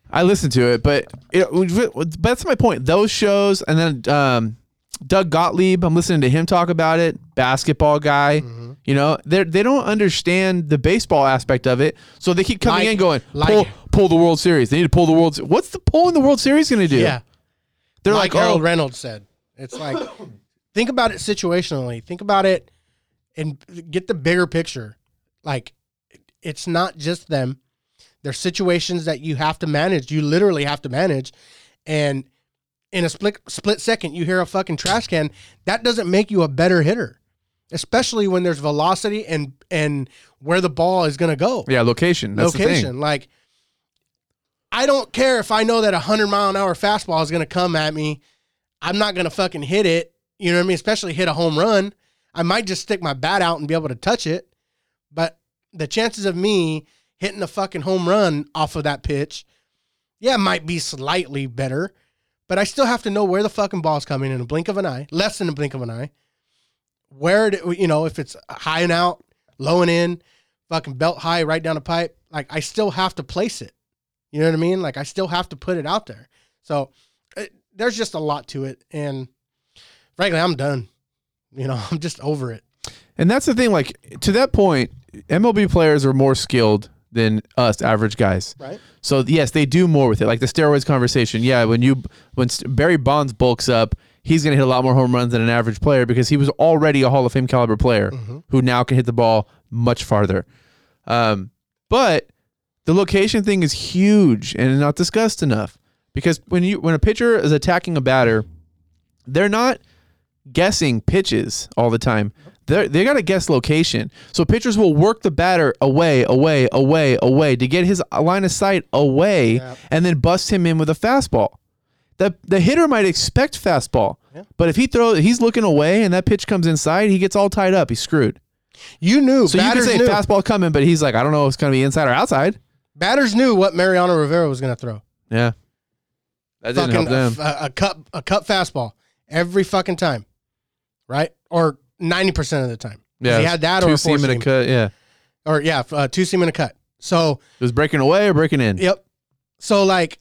S2: I listened to it, but it, but that's my point. Those shows, and then um, Doug Gottlieb. I'm listening to him talk about it. Basketball guy,
S1: Mm-hmm.
S2: you know, they they don't understand the baseball aspect of it, so they keep coming
S1: Like-
S2: in going
S1: like-
S2: pull pull the World Series. They need to pull the World. Se- What's the pulling the World Series going to do?
S1: Yeah.
S2: they're
S1: Like,
S2: like,
S1: Harold
S2: oh,
S1: Reynolds said. It's like think about it situationally. Think about it and get the bigger picture. Like it's not just them. There's situations that you have to manage. You literally have to manage. And in a split split second you hear a fucking trash can, that doesn't make you a better hitter. Especially when there's velocity and and where the ball is gonna go.
S2: yeah, location. That's The thing.
S1: location. Like, I don't care if I know that a hundred mile an hour fastball is going to come at me. I'm not going to fucking hit it. You know what I mean? Especially hit a home run. I might just stick my bat out and be able to touch it. But the chances of me hitting a fucking home run off of that pitch, yeah, it might be slightly better, but I still have to know where the fucking ball's coming in a blink of an eye, less than a blink of an eye. Where it, you know if it's high and out, low and in, fucking belt high right down the pipe, like I still have to place it. You know what I mean? Like I still have to put it out there. So it, there's just a lot to it, and frankly, I'm done. You know, I'm just over it.
S2: And that's the thing, like to that point, MLB players are more skilled than us average guys.
S1: Right.
S2: So yes, they do more with it. Like the steroids conversation. Yeah, when you when S- Barry Bonds bulks up, he's going to hit a lot more home runs than an average player because he was already a Hall of Fame caliber player who now can hit the ball much farther. Um, but the location thing is huge and not discussed enough because when you when a pitcher is attacking a batter, they're not guessing pitches all the time. They they got to guess location. So pitchers will work the batter away, away, away, away to get his line of sight away
S1: Yep.
S2: and then bust him in with a fastball. The the hitter might expect fastball. But if he throws he's looking away and that pitch comes inside, he gets all tied up, he's screwed.
S1: You knew
S2: So
S1: batters
S2: you can say
S1: knew
S2: fastball coming, but he's like, I don't know if it's going to be inside or outside.
S1: batters knew what Mariano Rivera was going to throw.
S2: Yeah. That didn't help
S1: fucking a,
S2: them.
S1: a, a cup a cup fastball every fucking time, right? Or ninety percent of the time. 'Cause
S2: yeah.
S1: he had that or
S2: two
S1: a four
S2: seam and a
S1: seam.
S2: cut, yeah.
S1: or yeah, f- uh, two seam and a cut. So
S2: It was breaking away or breaking in.
S1: yep. So like,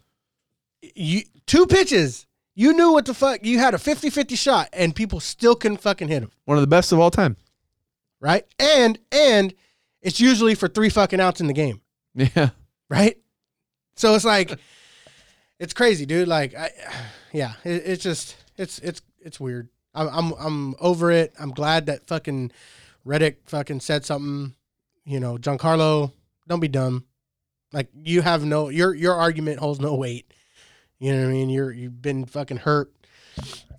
S1: you two pitches. You knew what the fuck. You had a 50-50 shot, and people still couldn't fucking hit him,
S2: One of the best of all time.
S1: right? And and it's usually for three fucking outs in the game.
S2: Yeah.
S1: right? So it's like, it's crazy, dude. Like, I, yeah, it, it's just, it's, it's, it's weird. I'm, I'm, I'm over it. I'm glad that fucking Reddick fucking said something. You know, Giancarlo, don't be dumb. Like you have no your your argument holds no weight. You know what I mean? You're you've been fucking hurt.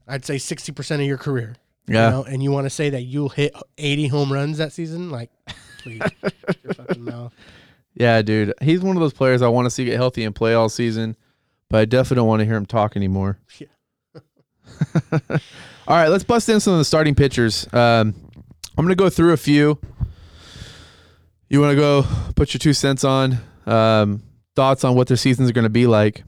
S1: I'd say sixty percent of your career.
S2: Yeah.
S1: You know, and you want to say that you'll hit eighty home runs that season? Like, please, shut your fucking mouth.
S2: Yeah, dude. He's one of those players I want to see get healthy and play all season, but I definitely don't want to hear him talk anymore.
S1: Yeah.
S2: all right, let's bust in some of the starting pitchers. Um, I'm going to go through a few. You want to go put your two cents on, um, thoughts on what their seasons are going to be like.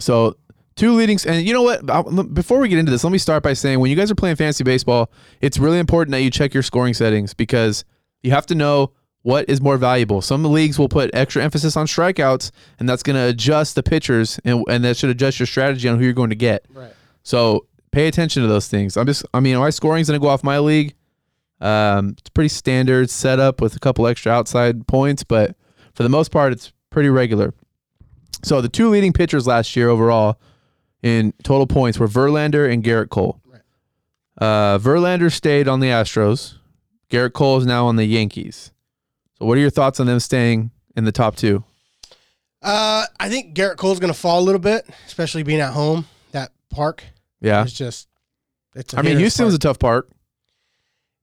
S2: So, two leadings. And you know what? I- l- Before we get into this, let me start by saying when you guys are playing fantasy baseball, it's really important that you check your scoring settings because you have to know What is more valuable? Some leagues will put extra emphasis on strikeouts, and that's going to adjust the pitchers, and, and that should adjust your strategy on who you're going to get.
S1: Right.
S2: So pay attention to those things. I'm just, I mean, my scoring's going to go off my league. Um, it's pretty standard setup with a couple extra outside points, but for the most part, it's pretty regular. So the two leading pitchers last year overall in total points were Verlander and Garrett Cole.
S1: Right.
S2: Uh, Verlander stayed on the Astros. Garrett Cole is now on the Yankees. So what are your thoughts on them staying in the top two?
S1: Uh, I think Garrett Cole's going to fall a little bit, especially being at home. That park
S2: Yeah.
S1: is just. It's. a
S2: I mean,
S1: hitter's
S2: Houston was a
S1: park.
S2: tough part.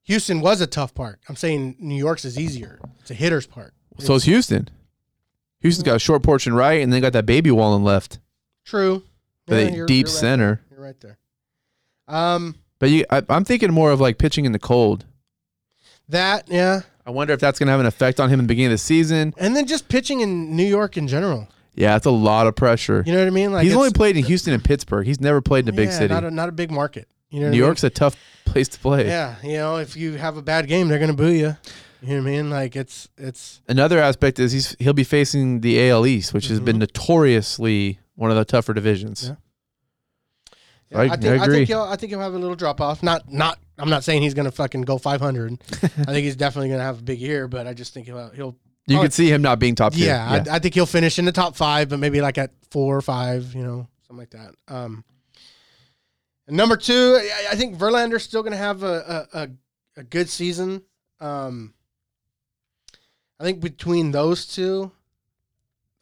S1: Houston was a tough park. I'm saying New York's is easier. It's a hitter's park.
S2: So it's Houston. Houston's got a short porch and right, and they got that baby wall and left,
S1: True.
S2: but
S1: Yeah,
S2: they
S1: you're-
S2: deep
S1: you're right.
S2: center.
S1: You're right there. Um,
S2: But you, I, I'm thinking more of like pitching in the cold.
S1: that yeah,
S2: I wonder if that's going to have an effect on him in the beginning of the season.
S1: and then just pitching in New York in general.
S2: Yeah, that's a lot of pressure.
S1: You know what I mean? Like
S2: He's
S1: it's-
S2: only played in Houston and Pittsburgh. He's never played in a big
S1: yeah,
S2: city.
S1: not a, not a big market. You know, what
S2: New
S1: I mean?
S2: York's a tough place to play.
S1: Yeah, you know, if you have a bad game, they're gonna boo you. You know what I mean? Like it's it's
S2: Another aspect is he's he'll be facing the AL East, which has been notoriously one of the tougher divisions.
S1: Mm-hmm. Yeah.
S2: I- I
S1: think
S2: agree.
S1: think he'll I think he'll have a little drop off. Not not I'm not saying he's gonna fucking go 500. I think he's definitely gonna have a big year, but I just think he'll he'll
S2: You
S1: Oh,
S2: could see him not being top two.
S1: yeah, I, I think he'll finish in the top five, but maybe like at four or five, you know, something like that. Um, and number two, I, I think Verlander's still going to have a, a, a, a good season. Um, I think between those two,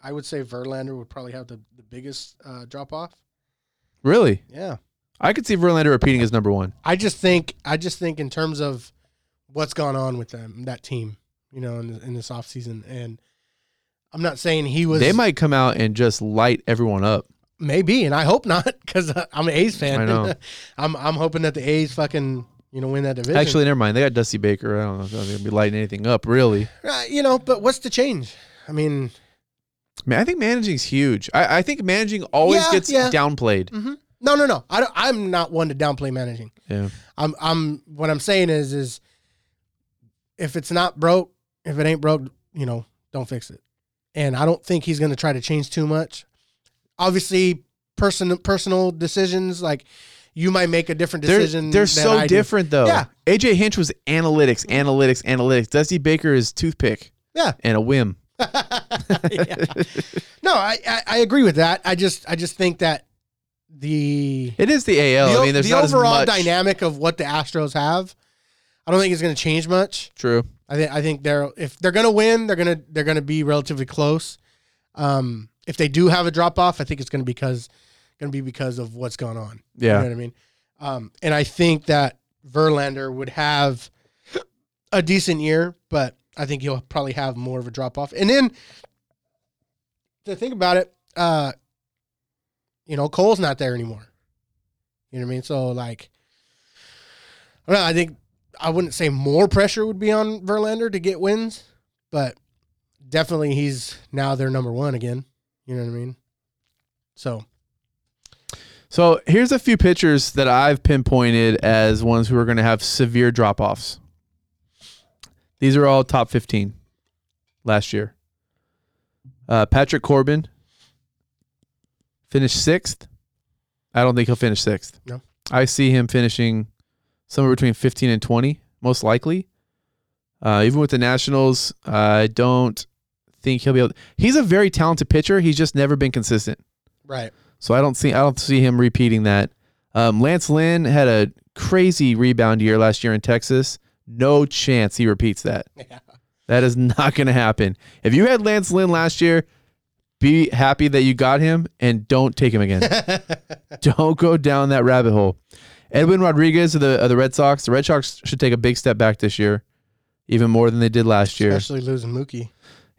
S1: I would say Verlander would probably have the, the biggest uh, drop off.
S2: Really?
S1: Yeah.
S2: I could see Verlander repeating as number one.
S1: I just think I just think in terms of what's gone on with them that team, you know, in, in this offseason. and I'm not saying he was
S2: They might come out and just light everyone up.
S1: Maybe, and I hope not, because I'm an A's fan.
S2: I know.
S1: I'm I'm hoping that the A's fucking you know win that division.
S2: Actually, never mind. They got Dusty Baker. I don't know if they're going to be lighting anything up, really.
S1: Uh, you know, but what's the change? I mean,
S2: Man, I think managing's huge. I, I think managing always
S1: Yeah,
S2: gets
S1: yeah.
S2: downplayed.
S1: no, no, no. I don't, I'm not one to downplay managing.
S2: Yeah.
S1: I'm I'm what I'm saying is is if it's not broke, if it ain't broke, you know, don't fix it. And I don't think he's going to try to change too much. Obviously, person personal decisions like you might make a different
S2: They're,
S1: decision.
S2: they're
S1: than
S2: so
S1: I do.
S2: different though.
S1: Yeah.
S2: AJ Hinch was analytics, analytics, analytics. Dusty Baker is toothpick
S1: Yeah.
S2: and a whim.
S1: Yeah. No, I, I I agree with that. I just I just think that the
S2: It is the AL.
S1: the,
S2: I mean, there's
S1: the
S2: not
S1: overall
S2: as much.
S1: dynamic of what the Astros have, I don't think it's going to change much.
S2: True.
S1: I think I think they're if they're going to win, they're going to they're going to be relatively close. Um, if they do have a drop off, I think it's going to because going to be because of what's gone on.
S2: Yeah.
S1: You know what I mean? Um, and I think that Verlander would have a decent year, but I think he'll probably have more of a drop off. And then to think about it, uh, you know, Cole's not there anymore. You know what I mean? So like, I don't know. I think I wouldn't say more pressure would be on Verlander to get wins, but definitely he's now their number one again. You know what I mean? So
S2: So here's a few pitchers that I've pinpointed as ones who are going to have severe drop offs. These are all top 15 last year. Uh, Patrick Corbin finished sixth. I don't think he'll finish sixth.
S1: No.
S2: I see him finishing somewhere between 15 and 20, most likely. Uh, even with the Nationals, I don't think he'll be able. He's a very talented pitcher. He's just never been consistent.
S1: right.
S2: So I don't see I don't see him repeating that. Um, Lance Lynn had a crazy rebound year last year in Texas. No chance he repeats that.
S1: Yeah.
S2: That is not going to happen. If you had Lance Lynn last year, be happy that you got him and don't take him again. don't go down that rabbit hole. Edwin Rodriguez of the of the Red Sox. The Red Sox should take a big step back this year, even more than they did last year.
S1: Especially losing Mookie.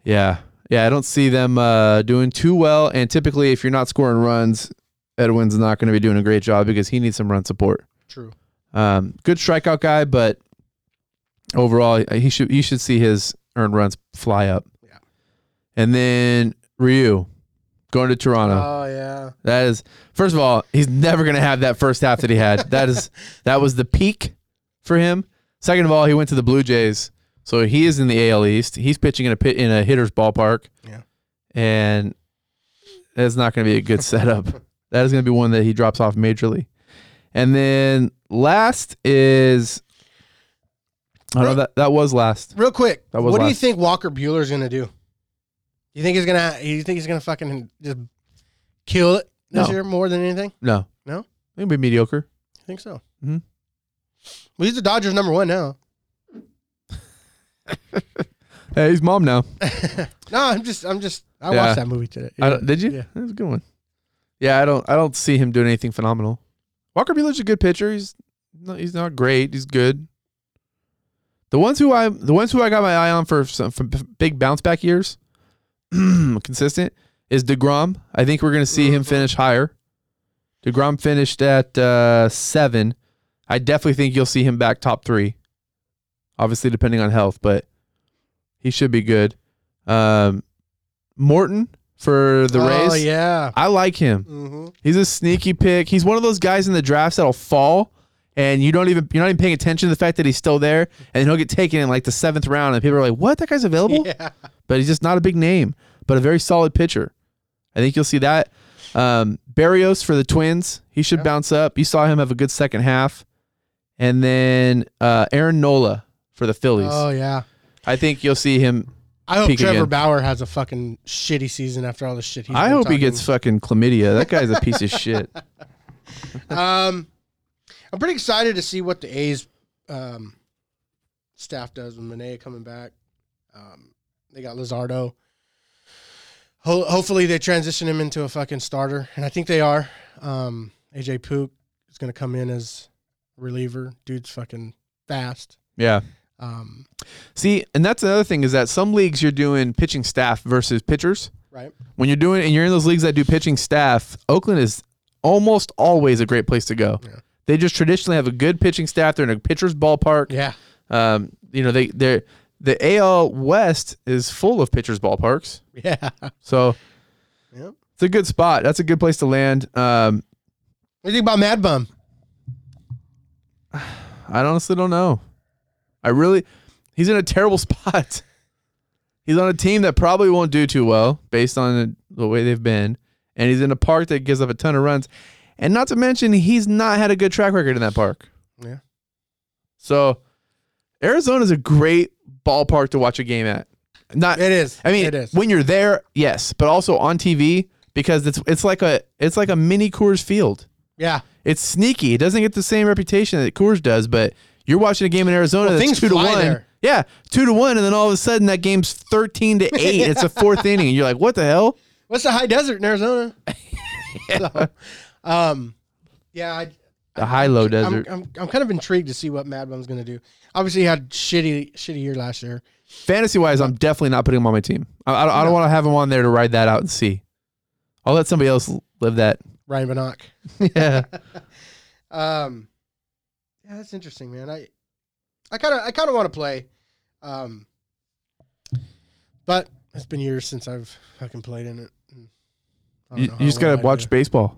S2: Yeah. Yeah, I don't see them uh, doing too well. And typically, if you're not scoring runs, Edwin's not going to be doing a great job because he needs some run support.
S1: True.
S2: Um, good strikeout guy, but overall, he should you should see his earned runs fly up.
S1: Yeah.
S2: And then Ryu going to Toronto.
S1: Oh yeah.
S2: that is first of all, he's never going to have that first half that he had. that is that was the peak for him. Second of all, he went to the Blue Jays. So he is in the AL East. He's pitching in a pit in a hitter's ballpark.
S1: Yeah.
S2: And that's not going to be a good setup. That is going to be one that he drops off majorly. And then last is I don't know that that was last.
S1: Real quick,
S2: That was
S1: what do you
S2: last.
S1: think Walker Bueller's gonna do? You think he's gonna? You think he's gonna fucking just kill it this
S2: No.
S1: year more than anything?
S2: No.
S1: No?
S2: It'll be mediocre.
S1: I think so.
S2: Mhm.
S1: Well, he's the Dodgers number one now.
S2: Hey, he's mom now.
S1: No, I'm just, I'm just. I
S2: Yeah.
S1: watched that movie today.
S2: I don't, did you?
S1: Yeah.
S2: That was a good one. Yeah, I don't I don't see him doing anything phenomenal. Walker Bueller's a good pitcher. He's not, he's not great. He's good. The ones who I the ones who I got my eye on for some for big bounce back years, consistent is Degrom. I think we're going to see him
S1: Mm-hmm.
S2: finish higher. Degrom finished at uh, seven. I definitely think you'll see him back top three. Obviously, depending on health, but he should be good. Um, Morton for the
S1: Oh
S2: Rays. Mm-hmm.
S1: yeah.
S2: I like him.
S1: hmm
S2: He's a sneaky pick. He's one of those guys in the drafts that'll fall, and you don't even you're not even paying attention to the fact that he's still there, and he'll get taken in like the seventh round, and people are like, "What? That guy's available?"
S1: Mm-hmm. Yeah.
S2: But he's just not a big name, but a very solid pitcher. I think you'll see that. Um, Barrios for the Twins, he should bounce up. You saw him have a good second half, and then uh, Aaron Nola for the Phillies.
S1: Oh yeah.
S2: I think you'll see him.
S1: I hope
S2: Peak
S1: Trevor
S2: again.
S1: Bauer has a fucking shitty season after all this shit. He's
S2: I
S1: been
S2: hope he
S1: talking.
S2: gets fucking chlamydia. That guy's a piece of shit.
S1: Um, I'm pretty excited to see what the A's um, staff does with Manea coming back. Um, they got Lizardo. Ho- hopefully, they transition him into a fucking starter, and I think they are. Um, AJ Pook is going to come in as reliever. Dude's fucking fast.
S2: Yeah.
S1: Um,
S2: See, and that's another thing is that some leagues you're doing pitching staff versus pitchers.
S1: right?
S2: When you're doing and you're in those leagues that do pitching staff, Oakland is almost always a great place to go.
S1: Yeah.
S2: They just traditionally have a good pitching staff. They're in a pitcher's ballpark.
S1: Yeah.
S2: Um, you know, they they the AL West is full of pitchers ballparks.
S1: Yeah.
S2: So
S1: Yep.
S2: it's a good spot. That's a good place to land. Um,
S1: What do you think about Mad Bum?
S2: I honestly don't know. I really, he's in a terrible spot. He's on a team that probably won't do too well based on the way they've been, and he's in a park that gives up a ton of runs, and not to mention he's not had a good track record in that park.
S1: Yeah.
S2: So, Arizona's a great ballpark to watch a game at. Not
S1: It is.
S2: I mean,
S1: it is.
S2: when you're there, yes, but also on TV because it's it's like a it's like a mini Coors Field.
S1: yeah.
S2: It's sneaky. It doesn't get the same reputation that Coors does, but you're watching a game in Arizona
S1: Well,
S2: that's
S1: things
S2: two to
S1: fly
S2: one.
S1: there.
S2: Yeah, two to one, and then all of a sudden that game's thirteen to eight. It's a fourth inning, and you're like, "What the hell?"
S1: What's the high desert in Arizona? So, um, yeah, I,
S2: The high low
S1: I'm,
S2: desert.
S1: I'm, I'm kind of intrigued to see what Mad Bum's going to do. Obviously, he had shitty shitty year last year.
S2: Fantasy wise, I'm definitely not putting him on my team. I, I, don't- I don't want to have him on there to ride that out and see. I'll let somebody else live that.
S1: Ryan Benock.
S2: yeah,
S1: Um, yeah, that's interesting, man. I I kind of I kind of want to play, um, but it's been years since I've fucking played in it. I don't
S2: you,
S1: know how
S2: you just
S1: well
S2: gotta
S1: I'd
S2: watch
S1: do.
S2: baseball.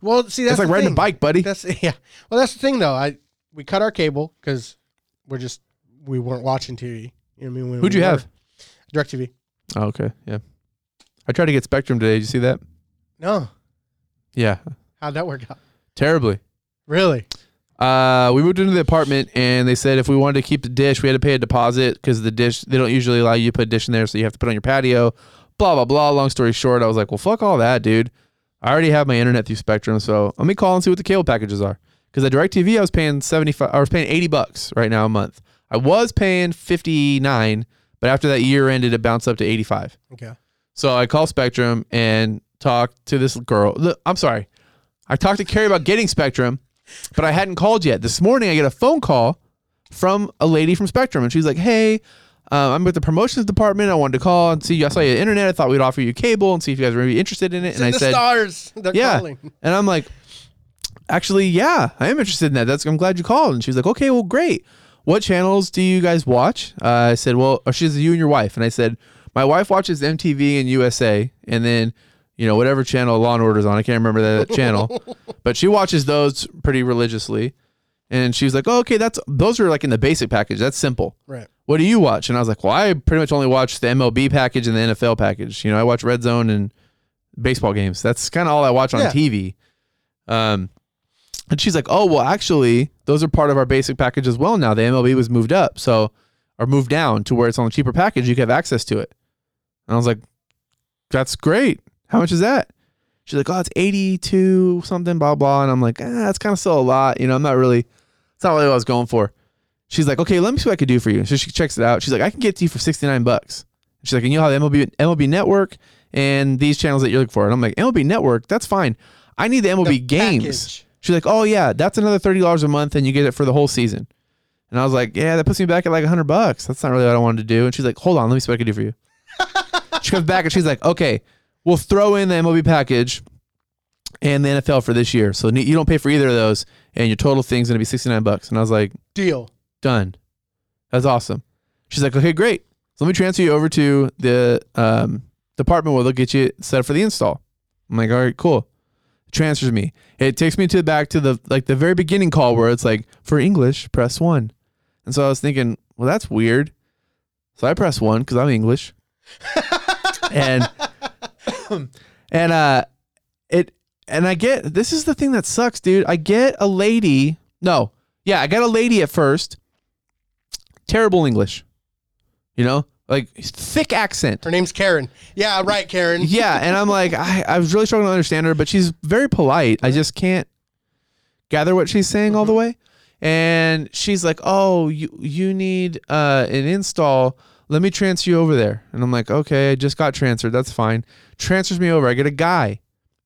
S1: Well, see, that's
S2: it's like
S1: the
S2: riding
S1: thing.
S2: a bike, buddy.
S1: That's yeah. Well, that's the thing though. I we cut our cable because we're just we weren't watching TV. You know what I mean? When
S2: Who'd
S1: we
S2: you
S1: were.
S2: have?
S1: DirecTV.
S2: Oh, okay, yeah. I tried to get Spectrum today. Did you see that?
S1: No,
S2: Yeah,
S1: how'd that work out?
S2: terribly.
S1: Really?
S2: Uh, we moved into the apartment, and they said if we wanted to keep the dish, we had to pay a deposit because the dish they don't usually allow you to put a dish in there, so you have to put it on your patio. Blah blah blah. Long story short, I was like, well, fuck all that, dude. I already have my internet through Spectrum, so let me call and see what the cable packages are. Because at Directv, I was paying seventy five, I was paying eighty bucks right now a month. I was paying fifty nine, but after that year ended, it bounced up to eighty five.
S1: Okay.
S2: So I call Spectrum and talk to this girl. Look, I'm sorry. I talked to Carrie about getting Spectrum, but I hadn't called yet. This morning I get a phone call from a lady from Spectrum, and she's like, "Hey, uh, I'm with the promotions department. I wanted to call and see you. I saw your internet. I thought we'd offer you cable and see if you guys were maybe interested in it." and I
S1: the
S2: said,
S1: stars. They're
S2: yeah.
S1: calling.
S2: And I'm like, actually, yeah, I am interested in that. That's I'm glad you called. And she's like, okay, well, great. What channels do you guys watch? Uh, I said, well, or she's you and your wife. And I said, my wife watches MTV and USA, and then you know whatever channel Law and Order's on. I can't remember that channel, but she watches those pretty religiously. And she was like, oh, okay, that's those are like in the basic package. That's simple.
S1: Right.
S2: what do you watch? And I was like, well, I pretty much only watch the MLB package and the NFL package. You know, I watch Red Zone and baseball games. That's kind of all I watch on
S1: Yeah.
S2: TV. Um, and she's like, oh, well, actually, those are part of our basic package as well now. The MLB was moved up, so, or moved down to where it's on a cheaper package. You can have access to it. And I was like, that's great. How much is that? She's like, oh, it's 82 something, blah, blah. And I'm like, ah, that's kind of still a lot. You know, I'm not really, it's not really what I was going for. She's like, okay, let me see what I could do for you. So she checks it out. She's like, I can get it to you for 69 bucks. She's like, and you'll have MLB, MLB Network and these channels that you're looking for. And I'm like, MLB Network, that's fine. I need the MLB
S1: The
S2: games.
S1: package.
S2: She's like, oh, yeah, that's another $30 a month and you get it for the whole season. And I was like, yeah, that puts me back at like 100 bucks. That's not really what I wanted to do. And she's like, hold on, let me see what I can do for you. she comes back and she's like, okay, we'll throw in the MLB package and the NFL for this year. So ne- you don't pay for either of those, and your total thing's gonna be 69 bucks. And I was like,
S1: Deal.
S2: done. That's awesome. She's like, okay, great. So let me transfer you over to the um, department where they'll get you set up for the install. I'm like, all right, cool. Transfers me. It takes me to back to the like the very beginning call where it's like for English, press one. And so I was thinking, well, that's weird. So I press one because I'm English. and and uh it and I get this is the thing that sucks, dude. I get a lady. No, yeah, I got a lady at first. Terrible English, you know, like thick accent.
S1: Her name's Karen. Yeah, right, Karen.
S2: Yeah, and I'm like, I, I was really struggling to understand her, but she's very polite. I just can't gather what she's saying all the way. And she's like, "Oh, you you need uh, an install. Let me transfer you over there." And I'm like, "Okay, I just got transferred. That's fine." Transfers me over. I get a guy,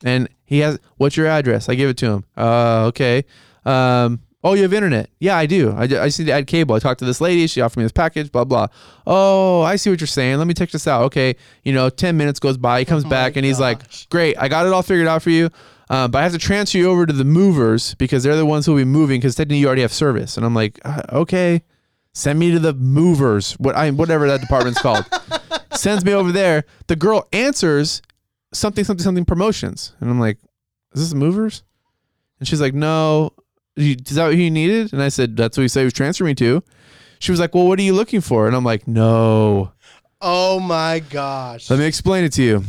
S2: and he has, "What's your address?" I give it to him. Uh, okay. Um, oh, you have internet? Yeah, I do. I, ju- I just need to add cable. I talked to this lady. She offered me this package. Blah blah. Oh, I see what you're saying. Let me check this out. Okay, you know, ten minutes goes by. He comes back and he's
S1: gosh.
S2: like, "Great, I got it all figured out for you." Uh, but I have to transfer you over to the movers because they're the ones who'll be moving. Because technically, you already have service. And I'm like, uh, okay, send me to the movers. What I whatever that department's called. Sends me over there. The girl answers something something something promotions, and I'm like, is this the movers? And she's like, no. You, is that what you needed? And I said, that's what he said he was transferring me to. She was like, well, what are you looking for? And I'm like, no.
S1: Oh my gosh.
S2: Let me explain it to you. And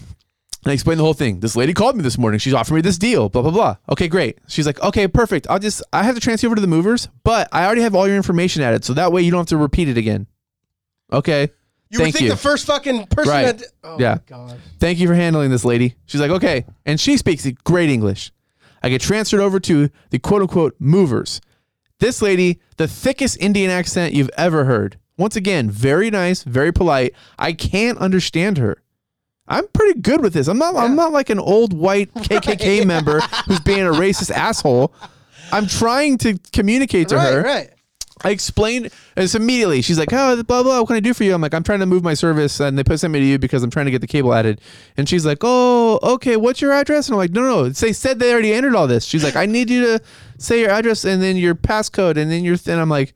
S2: I explained the whole thing. This lady called me this morning. She's offering me this deal, blah, blah, blah. Okay, great. She's like, okay, perfect. I'll just, I have to transfer you over to the movers, but I already have all your information added. So that way you don't have to repeat it again. Okay.
S1: you would
S2: thank
S1: think
S2: you.
S1: the first fucking person
S2: Right.
S1: that. Oh
S2: Yeah.
S1: my gosh.
S2: Thank you for handling this, lady. She's like, okay. And she speaks great English. I get transferred over to the quote unquote movers. This lady, the thickest Indian accent you've ever heard. Once again, very nice, very polite. I can't understand her. I'm pretty good with this. I'm not I'm not like an old white KKK member who's being a racist asshole. I'm trying to communicate to
S1: right,
S2: her.
S1: right.
S2: I explained this immediately. She's like, "Oh, blah blah. What can I do for you?" I'm like, "I'm trying to move my service, and they put sent me to you because I'm trying to get the cable added." And she's like, "Oh, okay. What's your address?" And I'm like, "No, no. no. They said they already entered all this." She's like, "I need you to say your address and then your passcode and then your." Th-. And I'm like,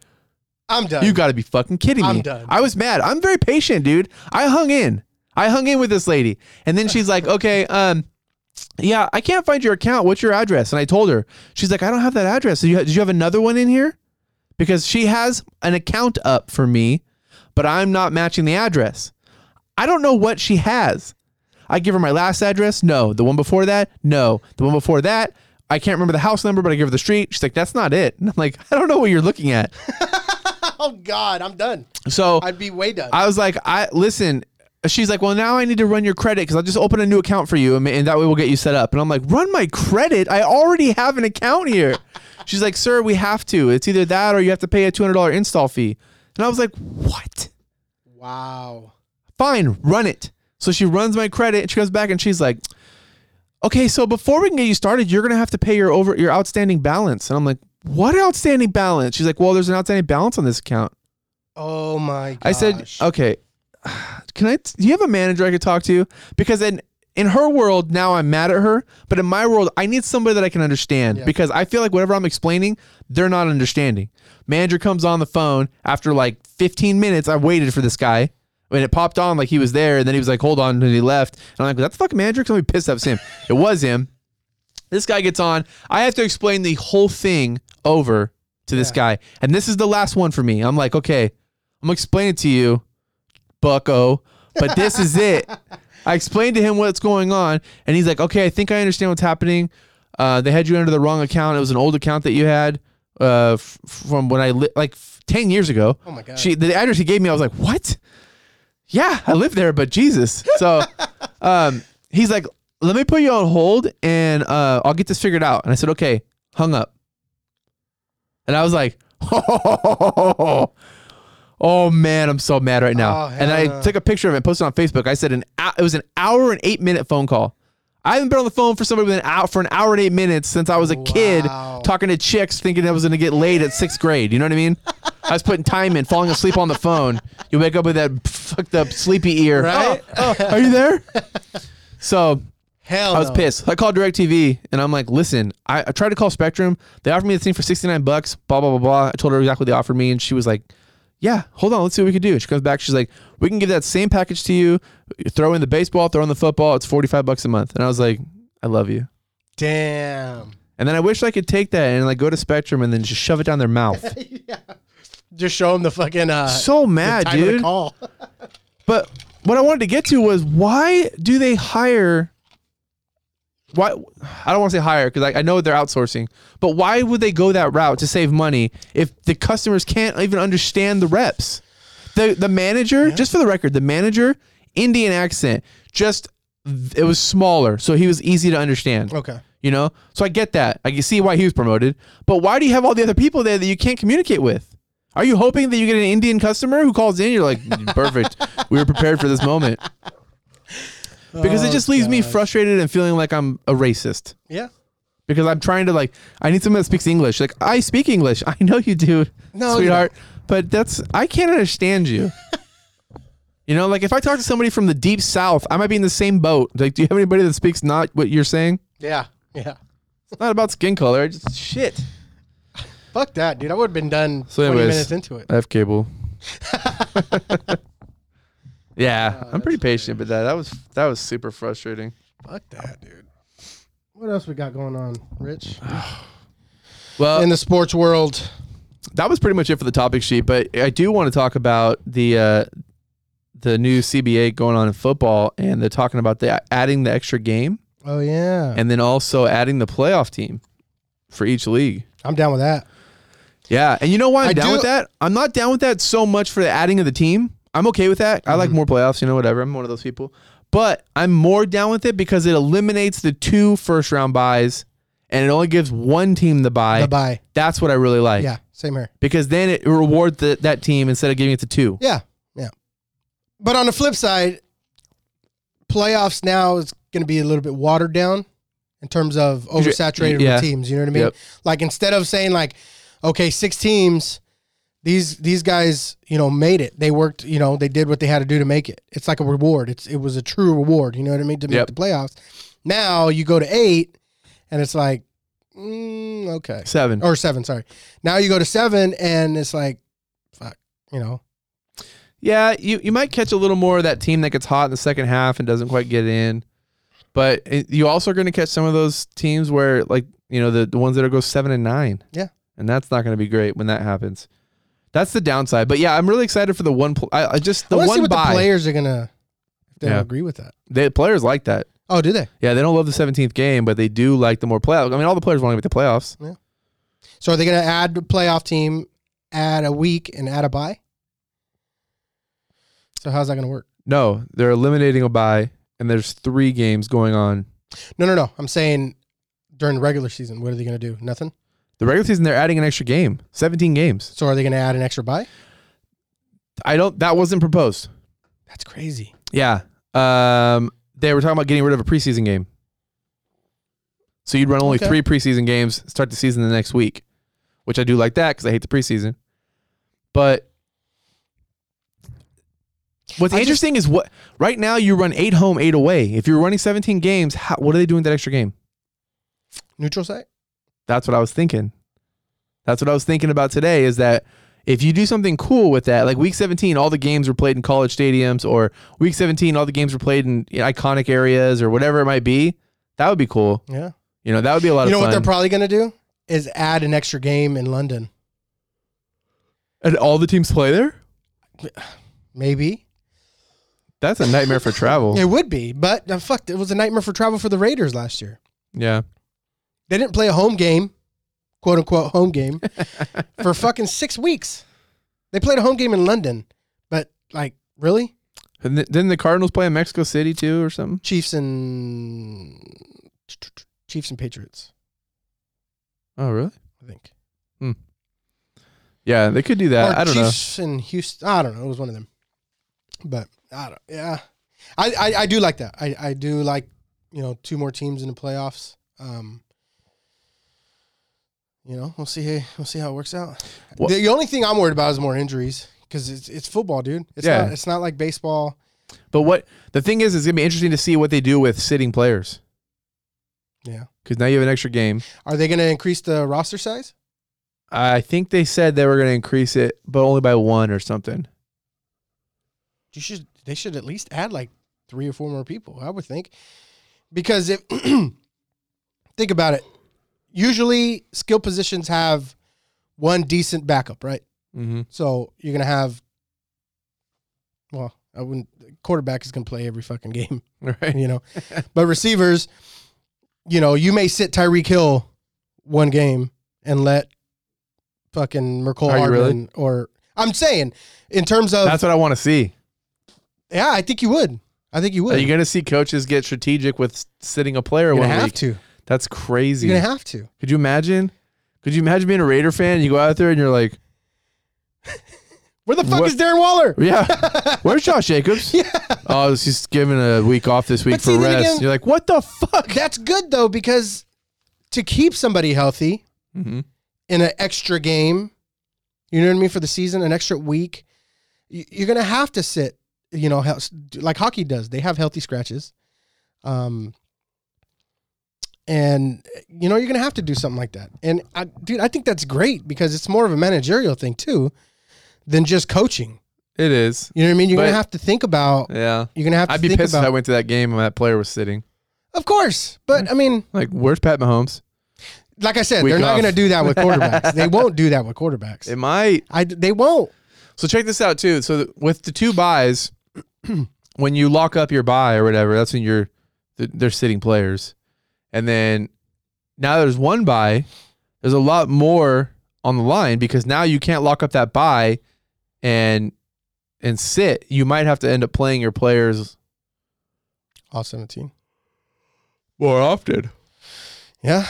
S1: I'm done.
S2: "You got to be fucking kidding me!"
S1: I'm done.
S2: I was mad. I'm very patient, dude. I hung in. I hung in with this lady, and then she's like, "Okay, um." Yeah, I can't find your account. What's your address? And I told her. She's like, I don't have that address. Do you, did you have another one in here? because she has an account up for me, but I'm not matching the address. I don't know what she has. I give her my last address. No. The one before that? No. The one before that? I can't remember the house number, but I give her the street. She's like, that's not it. And I'm like, I don't know what you're looking at.
S1: oh God, I'm done.
S2: So
S1: I'd be way done.
S2: I was like, I listen. She's like, well, now I need to run your credit because I'll just open a new account for you, and, and that way we'll get you set up. And I'm like, run my credit? I already have an account here. She's like, sir, we have to. It's either that or you have to pay a $200 install fee. And I was like, what?
S1: wow.
S2: Fine, run it. So she runs my credit, and she comes back, and she's like, okay, so before we can get you started, you're gonna have to pay your over your outstanding balance. And I'm like, what outstanding balance? She's like, well, there's an outstanding balance on this account.
S1: Oh my gosh.
S2: I said, uh, okay, can I? Do you have a manager I could talk to? Because in in her world now, I'm mad at her, but in my world, I need somebody that I can understand
S1: Yeah.
S2: because I feel like whatever I'm explaining, they're not understanding. Manager comes on the phone after like 15 minutes. I waited for this guy. And it popped on like he was there, and then he was like, "Hold on," and he left. And I'm like, "That's the fucking manager." Somebody pissed off him. It was him. This guy gets on. I have to explain the whole thing over to this guy. And this is the last one for me. I'm like, okay, I'm gonna explain it to you, Bucko. But this is it. I explained to him what's going on, and he's like, "Okay, I think I understand what's happening. Uh, they had you under the wrong account. It was an old account that you had uh, f- from when I li- like f- ten years ago.
S1: Oh my God.
S2: She the address he gave me, I was like, "What? Yeah, I live there, but Jesus. So um, he's like, let me put you on hold and uh, I'll get this figured out. And I said, okay, hung up. And I was like, oh, man, I'm so mad right now.
S1: Oh, hell
S2: and I
S1: no.
S2: took a picture of it and posted it on Facebook. I said, an hou- it was an hour and eight minute phone call. I haven't been on the phone for somebody with an hour, for an hour and eight minutes since I was a kid
S1: Wow.
S2: talking to chicks thinking I was going to get laid at sixth grade. You know what I mean? I was putting time in, falling asleep on the phone. You wake up with that fucked up sleepy ear.
S1: Right?
S2: Oh, oh, are you there? So
S1: Hell,
S2: I was
S1: no.
S2: pissed. I called DirecTV and I'm like, listen, I, I tried to call Spectrum. They offered me this thing for 69 bucks, blah, blah, blah, blah. I told her exactly what they offered me and she was like, yeah, hold on, let's see what we can do. She comes back, she's like, we can give that same package to you, throw in the baseball, throw in the football. It's 45 bucks a month. And I was like, I love you.
S1: Damn.
S2: And then I wish I could take that and like go to Spectrum and then just shove it down their mouth.
S1: Just show him the fucking uh,
S2: so mad,
S1: time of
S2: dude.
S1: the call.
S2: But what I wanted to get to was why do they hire? Why I don't want to say hire because I, I know they're outsourcing, but why would they go that route to save money if the customers can't even understand the reps? The the manager, just for the record, the manager Indian accent, just it was smaller, so he was easy to understand.
S1: Okay.
S2: You know, so I get that. I can see why he was promoted, but why do you have all the other people there that you can't communicate with? Are you hoping that you get an Indian customer who calls in? You're like, "Mm, perfect. we were prepared for this moment because it
S1: Oh,
S2: just leaves me
S1: gosh.
S2: frustrated and feeling like I'm a racist
S1: Yeah.
S2: because I'm trying to like, I need someone that speaks English. Like I speak English. I know you do,
S1: No, you
S2: sweetheart, but that's I can't understand you. you know, like if I talk to somebody from the deep south, I might be in the same boat. Like, do you have anybody that speaks not what you're saying?
S1: Yeah. Yeah.
S2: It's not about skin color. It's just shit.
S1: Fuck that, dude. I would have been done
S2: So
S1: 20
S2: anyways.
S1: minutes into it.
S2: I have cable. yeah, I'm pretty patient, but that that was that was super frustrating.
S1: Fuck that, dude. What else we got going on, Rich?
S2: Well,
S1: In the sports world.
S2: that was pretty much it for the topic sheet, but I do want to talk about the uh, the new CBA going on in football, and they're talking about the adding the extra game,
S1: Oh, yeah.
S2: and then also adding the playoff team for each league.
S1: I'm down with that.
S2: Yeah, and you know why I'm
S1: I
S2: down
S1: do-
S2: with that? I'm not down with that so much for the adding of the team. I'm okay with that. I
S1: Mm-hmm.
S2: like more playoffs, you know, whatever. I'm one of those people. But I'm more down with it because it eliminates the two first round buys and it only gives one team the buy.
S1: Bye bye.
S2: That's what I really like.
S1: Yeah. Same here.
S2: Because then it rewards the, that team instead of giving it to two.
S1: Yeah. Yeah. But on the flip side, playoffs now is going to be a little bit watered down in terms of oversaturated
S2: Yeah.
S1: with teams. You know what I mean?
S2: Yep.
S1: Like instead of saying like, okay, six teams, these these guys, you know, made it. They worked. You know, they did what they had to do to make it. It's like a reward. It's it was a true reward. You know what I mean? To make
S2: Yep.
S1: the playoffs. Now you go to eight, and it's like, mm, okay
S2: Seven.
S1: or seven. Sorry. Now you go to seven, and it's like, fuck. You know.
S2: Yeah, you, you might catch a little more of that team that gets hot in the second half and doesn't quite get in. But it, you also are going to catch some of those teams where, like, you know, the, the ones that will go seven and nine.
S1: Yeah.
S2: And that's not going to be great when that happens. That's the downside. But yeah, I'm really excited for the one. Pl- I, I just, the
S1: I wanna
S2: one
S1: see what
S2: buy.
S1: the players are gonna if they'll
S2: Yeah.
S1: agree with that.
S2: the players like that.
S1: Oh, do they?
S2: Yeah, they don't love the 17th game, but they do like the more playoff. I mean, all the players want to make the playoffs.
S1: So are they gonna add a playoff team, add a week, and add a bye? So how's that gonna work?
S2: No, they're eliminating a bye, and there's three games going on.
S1: No, no, no. I'm saying during the regular season, what are they gonna do? Nothing.
S2: The regular season, they're adding an extra game, 17 games.
S1: So are they gonna add an extra bye?
S2: I don't, that wasn't proposed.
S1: That's crazy.
S2: Yeah. Um, they were talking about getting rid of a preseason game. So you'd run only
S1: Okay.
S2: three preseason games, start the season the next week, which I do like that because I hate the preseason. But what's
S1: I just-
S2: interesting is what right now you run eight home, eight away. If you're running 17 games, how, what are they doing with that extra game?
S1: Neutral site.
S2: That's what I was thinking. That's what I was thinking about today is that if you do something cool with that, like week 17, all the games were played in college stadiums, or week 17, all the games were played in iconic areas, or whatever it might be, that would be cool.
S1: Yeah.
S2: You know, that would be a lot
S1: You know
S2: of
S1: what they're
S2: fun.
S1: probably gonna do is add an extra game in London.
S2: and all the teams play there?
S1: Maybe
S2: That's a nightmare for travel.
S1: it would be, but uh, fuck, it was a nightmare for travel for the Raiders last year.
S2: Yeah.
S1: They didn't play a home game, quote unquote home game, for fucking six weeks. They played a home game in London, but like really,
S2: And th- didn't the Cardinals play in Mexico City too or something?
S1: Chiefs and Chiefs and Patriots,
S2: Oh, really?
S1: I think.
S2: Yeah, they could do that. I don't know.
S1: Chiefs and Houston. I don't know. It was one of them. But I don't. Yeah, I I, I do like that. I I do like you know two more teams in the playoffs. Um, you know we'll see we'll see how it works out.
S2: What-
S1: The only thing I'm worried about is more injuries because it's it's football, dude. It's
S2: Yeah.
S1: not it's not like baseball.
S2: But what the thing is, it's gonna be interesting to see what they do with sitting players.
S1: Yeah.
S2: Because now you have an extra game.
S1: Are they going to increase the roster size?
S2: I think they said they were gonna increase it, but only by one or something.
S1: You should. They should at least add like three or four more people. I would think, because if think about it, usually skill positions have one decent backup, right?
S2: Mm-hmm.
S1: So you're gonna have. Well, I wouldn't. Quarterback is gonna play every fucking game,
S2: Right.
S1: you know, but receivers, you know, you may sit Tyreek Hill one game and let fucking Mercole
S2: Are you really?
S1: Hardman or I'm saying in terms of
S2: That's what I want to see.
S1: yeah, I think you would. I think you would.
S2: Are you gonna see coaches get strategic with s- sitting a player
S1: You're
S2: one
S1: gonna have
S2: week?
S1: to.
S2: That's crazy.
S1: You're gonna have to.
S2: Could you imagine? Could you imagine being a Raider fan? And you go out there and you're like,
S1: Where the fuck
S2: What-
S1: is Darren Waller?
S2: Yeah, where's Josh Jacobs? yeah. Oh, he's giving a week off this week
S1: But see,
S2: for
S1: then
S2: rest.
S1: again-
S2: you're like, what the fuck?
S1: That's good though because to keep somebody healthy Mm-hmm.
S2: Mhm.
S1: in an extra game, you know what I mean for the season, an extra week, y- you're gonna have to sit. You know, hel- like hockey does. They have healthy scratches, um, and you know you're gonna have to do something like that. And I, dude, I think that's great because it's more of a managerial thing too than just coaching.
S2: It is.
S1: You know what I mean? You're
S2: But-
S1: gonna have to think about.
S2: Yeah.
S1: You're gonna have to
S2: I'd be
S1: think
S2: pissed
S1: about.
S2: if I went to that game and that player was sitting.
S1: Of course, but I mean,
S2: Like, where's Pat Mahomes?
S1: like I said,
S2: Week
S1: they're not
S2: off.
S1: going to do that with quarterbacks. they won't do that with quarterbacks.
S2: It might.
S1: I they won't.
S2: So check this out too. So th- with the two buys, when you lock up your buy or whatever, that's when you're th- they're sitting players, and then now there's one buy. There's a lot more on the line because now you can't lock up that buy, and and sit. You might have to end up playing your players
S1: All seventeen.
S2: more often.
S1: Yeah,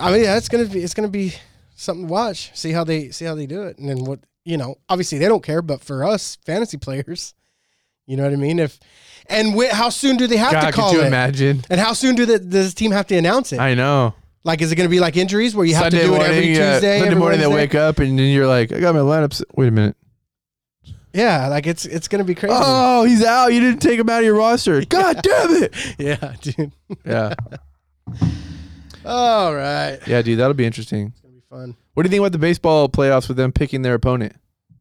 S1: I mean, that's gonna be it's gonna be something to watch. See how they see how they do it, and then what you know. Obviously, they don't care, but for us fantasy players, you know what I mean. If and wh- how soon do they have
S2: God,
S1: to call
S2: could you
S1: it?
S2: imagine?
S1: And how soon do the, does the team have to announce it?
S2: I know.
S1: like, is it going to be like injuries where you have to do it every
S2: uh,
S1: Tuesday?
S2: Sunday
S1: every
S2: morning, they
S1: Wednesday?
S2: wake up and then you're like, I got my lineups. Wait a minute.
S1: Yeah, like it's it's going to be crazy.
S2: Oh, he's out. You didn't take him out of your roster. God damn it.
S1: Yeah, dude.
S2: Yeah.
S1: All right.
S2: Yeah, dude, that'll be interesting.
S1: It's gonna be fun.
S2: What do you think about the baseball playoffs with them picking their opponent?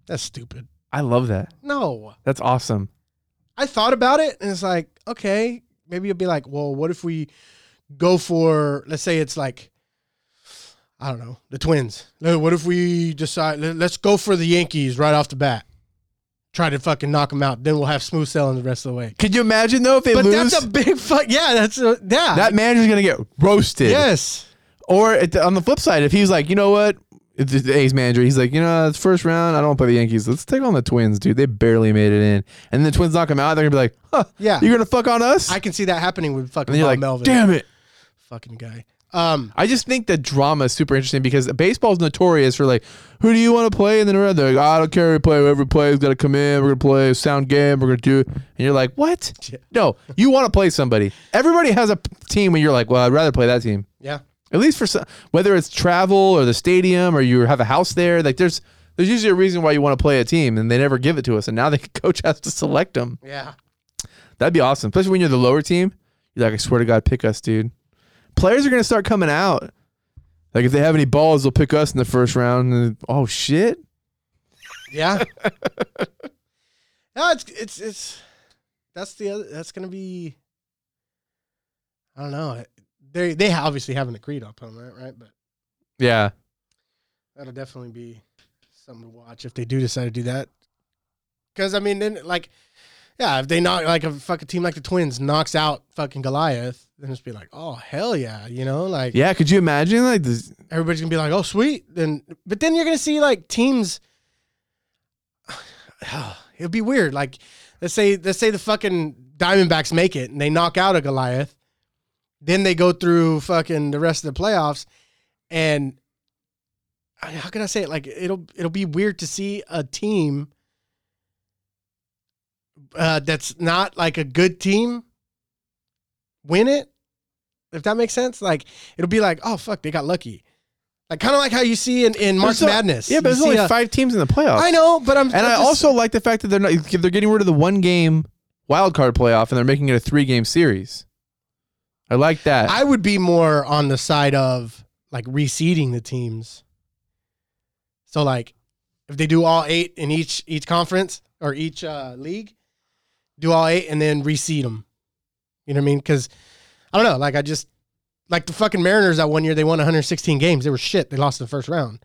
S1: That's stupid.
S2: I love that.
S1: No,
S2: That's awesome.
S1: I thought about it, and it's like, okay, maybe it'll be like, well, what if we go for, let's say it's like, I don't know, the Twins. No, What if we decide let- let's go for the Yankees right off the bat, try to fucking knock them out. Then we'll have smooth sailing the rest of the way.
S2: Could you imagine though if they
S1: But
S2: lose?
S1: that's a big fuck. Yeah, that's a, yeah.
S2: that manager's gonna get roasted.
S1: yes.
S2: Or at the, on the flip side, if he's like, you know what, if the, the A's manager, he's like, you know, it's first round, I don't want to play the Yankees. Let's take on the Twins, dude. They barely made it in, and the Twins knock him out. They're gonna be like, huh,
S1: Yeah.
S2: you're gonna fuck on us.
S1: I can see that happening with fucking
S2: and you're
S1: Bob
S2: like,
S1: Melvin.
S2: damn it.
S1: Fucking guy. Um,
S2: I just think the drama is super interesting because baseball's notorious for like, who do you want to play? And then around they're like, I don't care who we play. Whoever plays got to come in. We're gonna play a sound game. We're gonna do. it." And you're like, what?
S1: Yeah.
S2: No, you want to play somebody. Everybody has a p- team, and you're like, well, I'd rather play that team.
S1: yeah.
S2: At least for some, whether it's travel or the stadium or you have a house there. Like there's there's usually a reason why you want to play a team, and they never give it to us. And now the coach has to select them.
S1: Yeah.
S2: That'd be awesome, especially when you're the lower team. You're like, I swear to God, pick us, dude. Players are gonna start coming out. Like if they have any balls, they'll pick us in the first round. And then, oh shit!
S1: Yeah. no, it's it's it's that's the other that's gonna be. I don't know. They they obviously haven't agreed upon that, right? But
S2: Yeah,
S1: that'll definitely be something to watch if they do decide to do that. Because I mean, then like, yeah, if they knock like a fucking team like the Twins knocks out fucking Goliath, then it's be like, oh hell yeah, you know, like
S2: Yeah, could you imagine like this?
S1: everybody's gonna be like, oh sweet. Then, but then you're gonna see like teams. It'll be weird. Like, let's say let's say the fucking Diamondbacks make it and they knock out a Goliath, then they go through fucking the rest of the playoffs, and I- how can I say it? Like, it'll it'll be weird to see a team uh, that's not like a good team win it if that makes sense. Like it'll be like, oh fuck, they got lucky. Like kind of like how you see in, in March
S2: There's no-
S1: Madness.
S2: Yeah, but
S1: You
S2: there's only
S1: see a-
S2: five teams in the playoffs.
S1: I know, but I'm.
S2: and I also like the fact that they're not they're getting rid of the one game wild card playoff and they're making it a three game series. I like that.
S1: I would be more on the side of like reseeding the teams. So like, if they do all eight in each each conference or each uh, league, do all eight and then reseed them. You know what I mean? Because I don't know. Like I just like the fucking Mariners that one year they won 116 games. They were shit. They lost in the first round.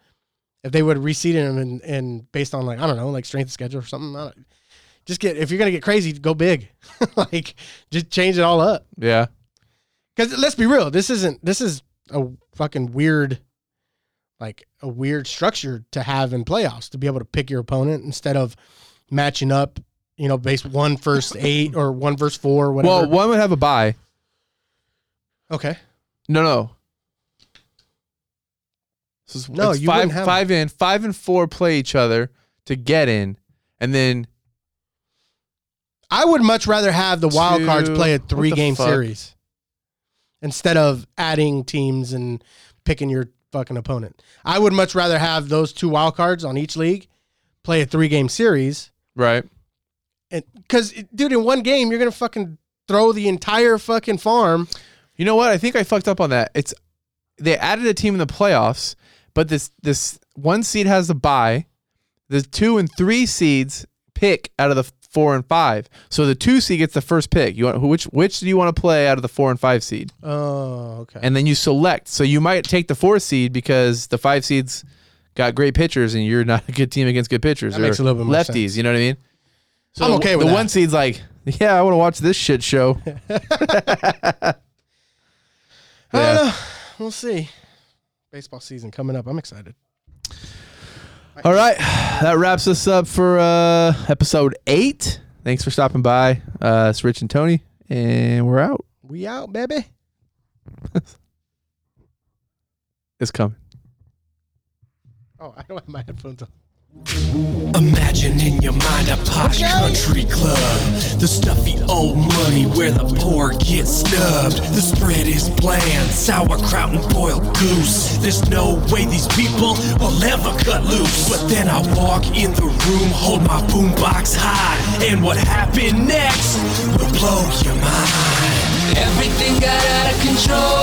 S1: If they would have reseeded them and, and based on like I don't know like strength of schedule or something, I don't, just get if you're gonna get crazy, go big. like just change it all up.
S2: yeah.
S1: Because let's be real, this isn't this is a fucking weird, like a weird structure to have in playoffs to be able to pick your opponent instead of matching up, you know, based one versus eight or one versus four, or whatever.
S2: Well, one would have a bye.
S1: okay,
S2: No, no. So it's,
S1: No,
S2: it's
S1: you
S2: five
S1: wouldn't have-
S2: five in five and four play each other to get in, and then
S1: I would much rather have the wild cards
S2: Two-
S1: play a
S2: what the
S1: three game
S2: fuck?
S1: series instead of adding teams and picking your fucking opponent. I would much rather have those two wild cards on each league play a three game series
S2: right.
S1: and because dude, in one game you're gonna fucking throw the entire fucking farm.
S2: You know what? I think I fucked up on that. It's they added a team in the playoffs, but this this one seed has the bye. The two and three seeds pick out of the four and five. So the two seed gets the first pick. You want who- which which do you want to play out of the four and five seed?
S1: Oh, okay.
S2: And then you select. So you might take the four seed because the five seeds got great pitchers and you're not a good team against good pitchers.
S1: That
S2: or
S1: makes a little bit more
S2: lefties, you know what I mean? So
S1: I'm
S2: the-
S1: okay with
S2: the
S1: that.
S2: one seed's like, yeah, I want to watch this shit show.
S1: I
S2: Yeah.
S1: don't know. Uh, We'll see. Baseball season coming up. I'm excited.
S2: All right, that wraps us up for uh, episode eight. Thanks for stopping by. Uh, it's Rich and Tony, and we're out.
S1: We out, baby.
S2: It's coming.
S1: Oh, I don't have my headphones on.
S4: Imagine in your mind a posh country club. The stuffy old money where the poor get snubbed. The spread is bland, sauerkraut and boiled goose. There's no way these people will ever cut loose. But then I walk in the room, hold my boombox high. And what happened next will blow your mind.
S5: Everything got out of control.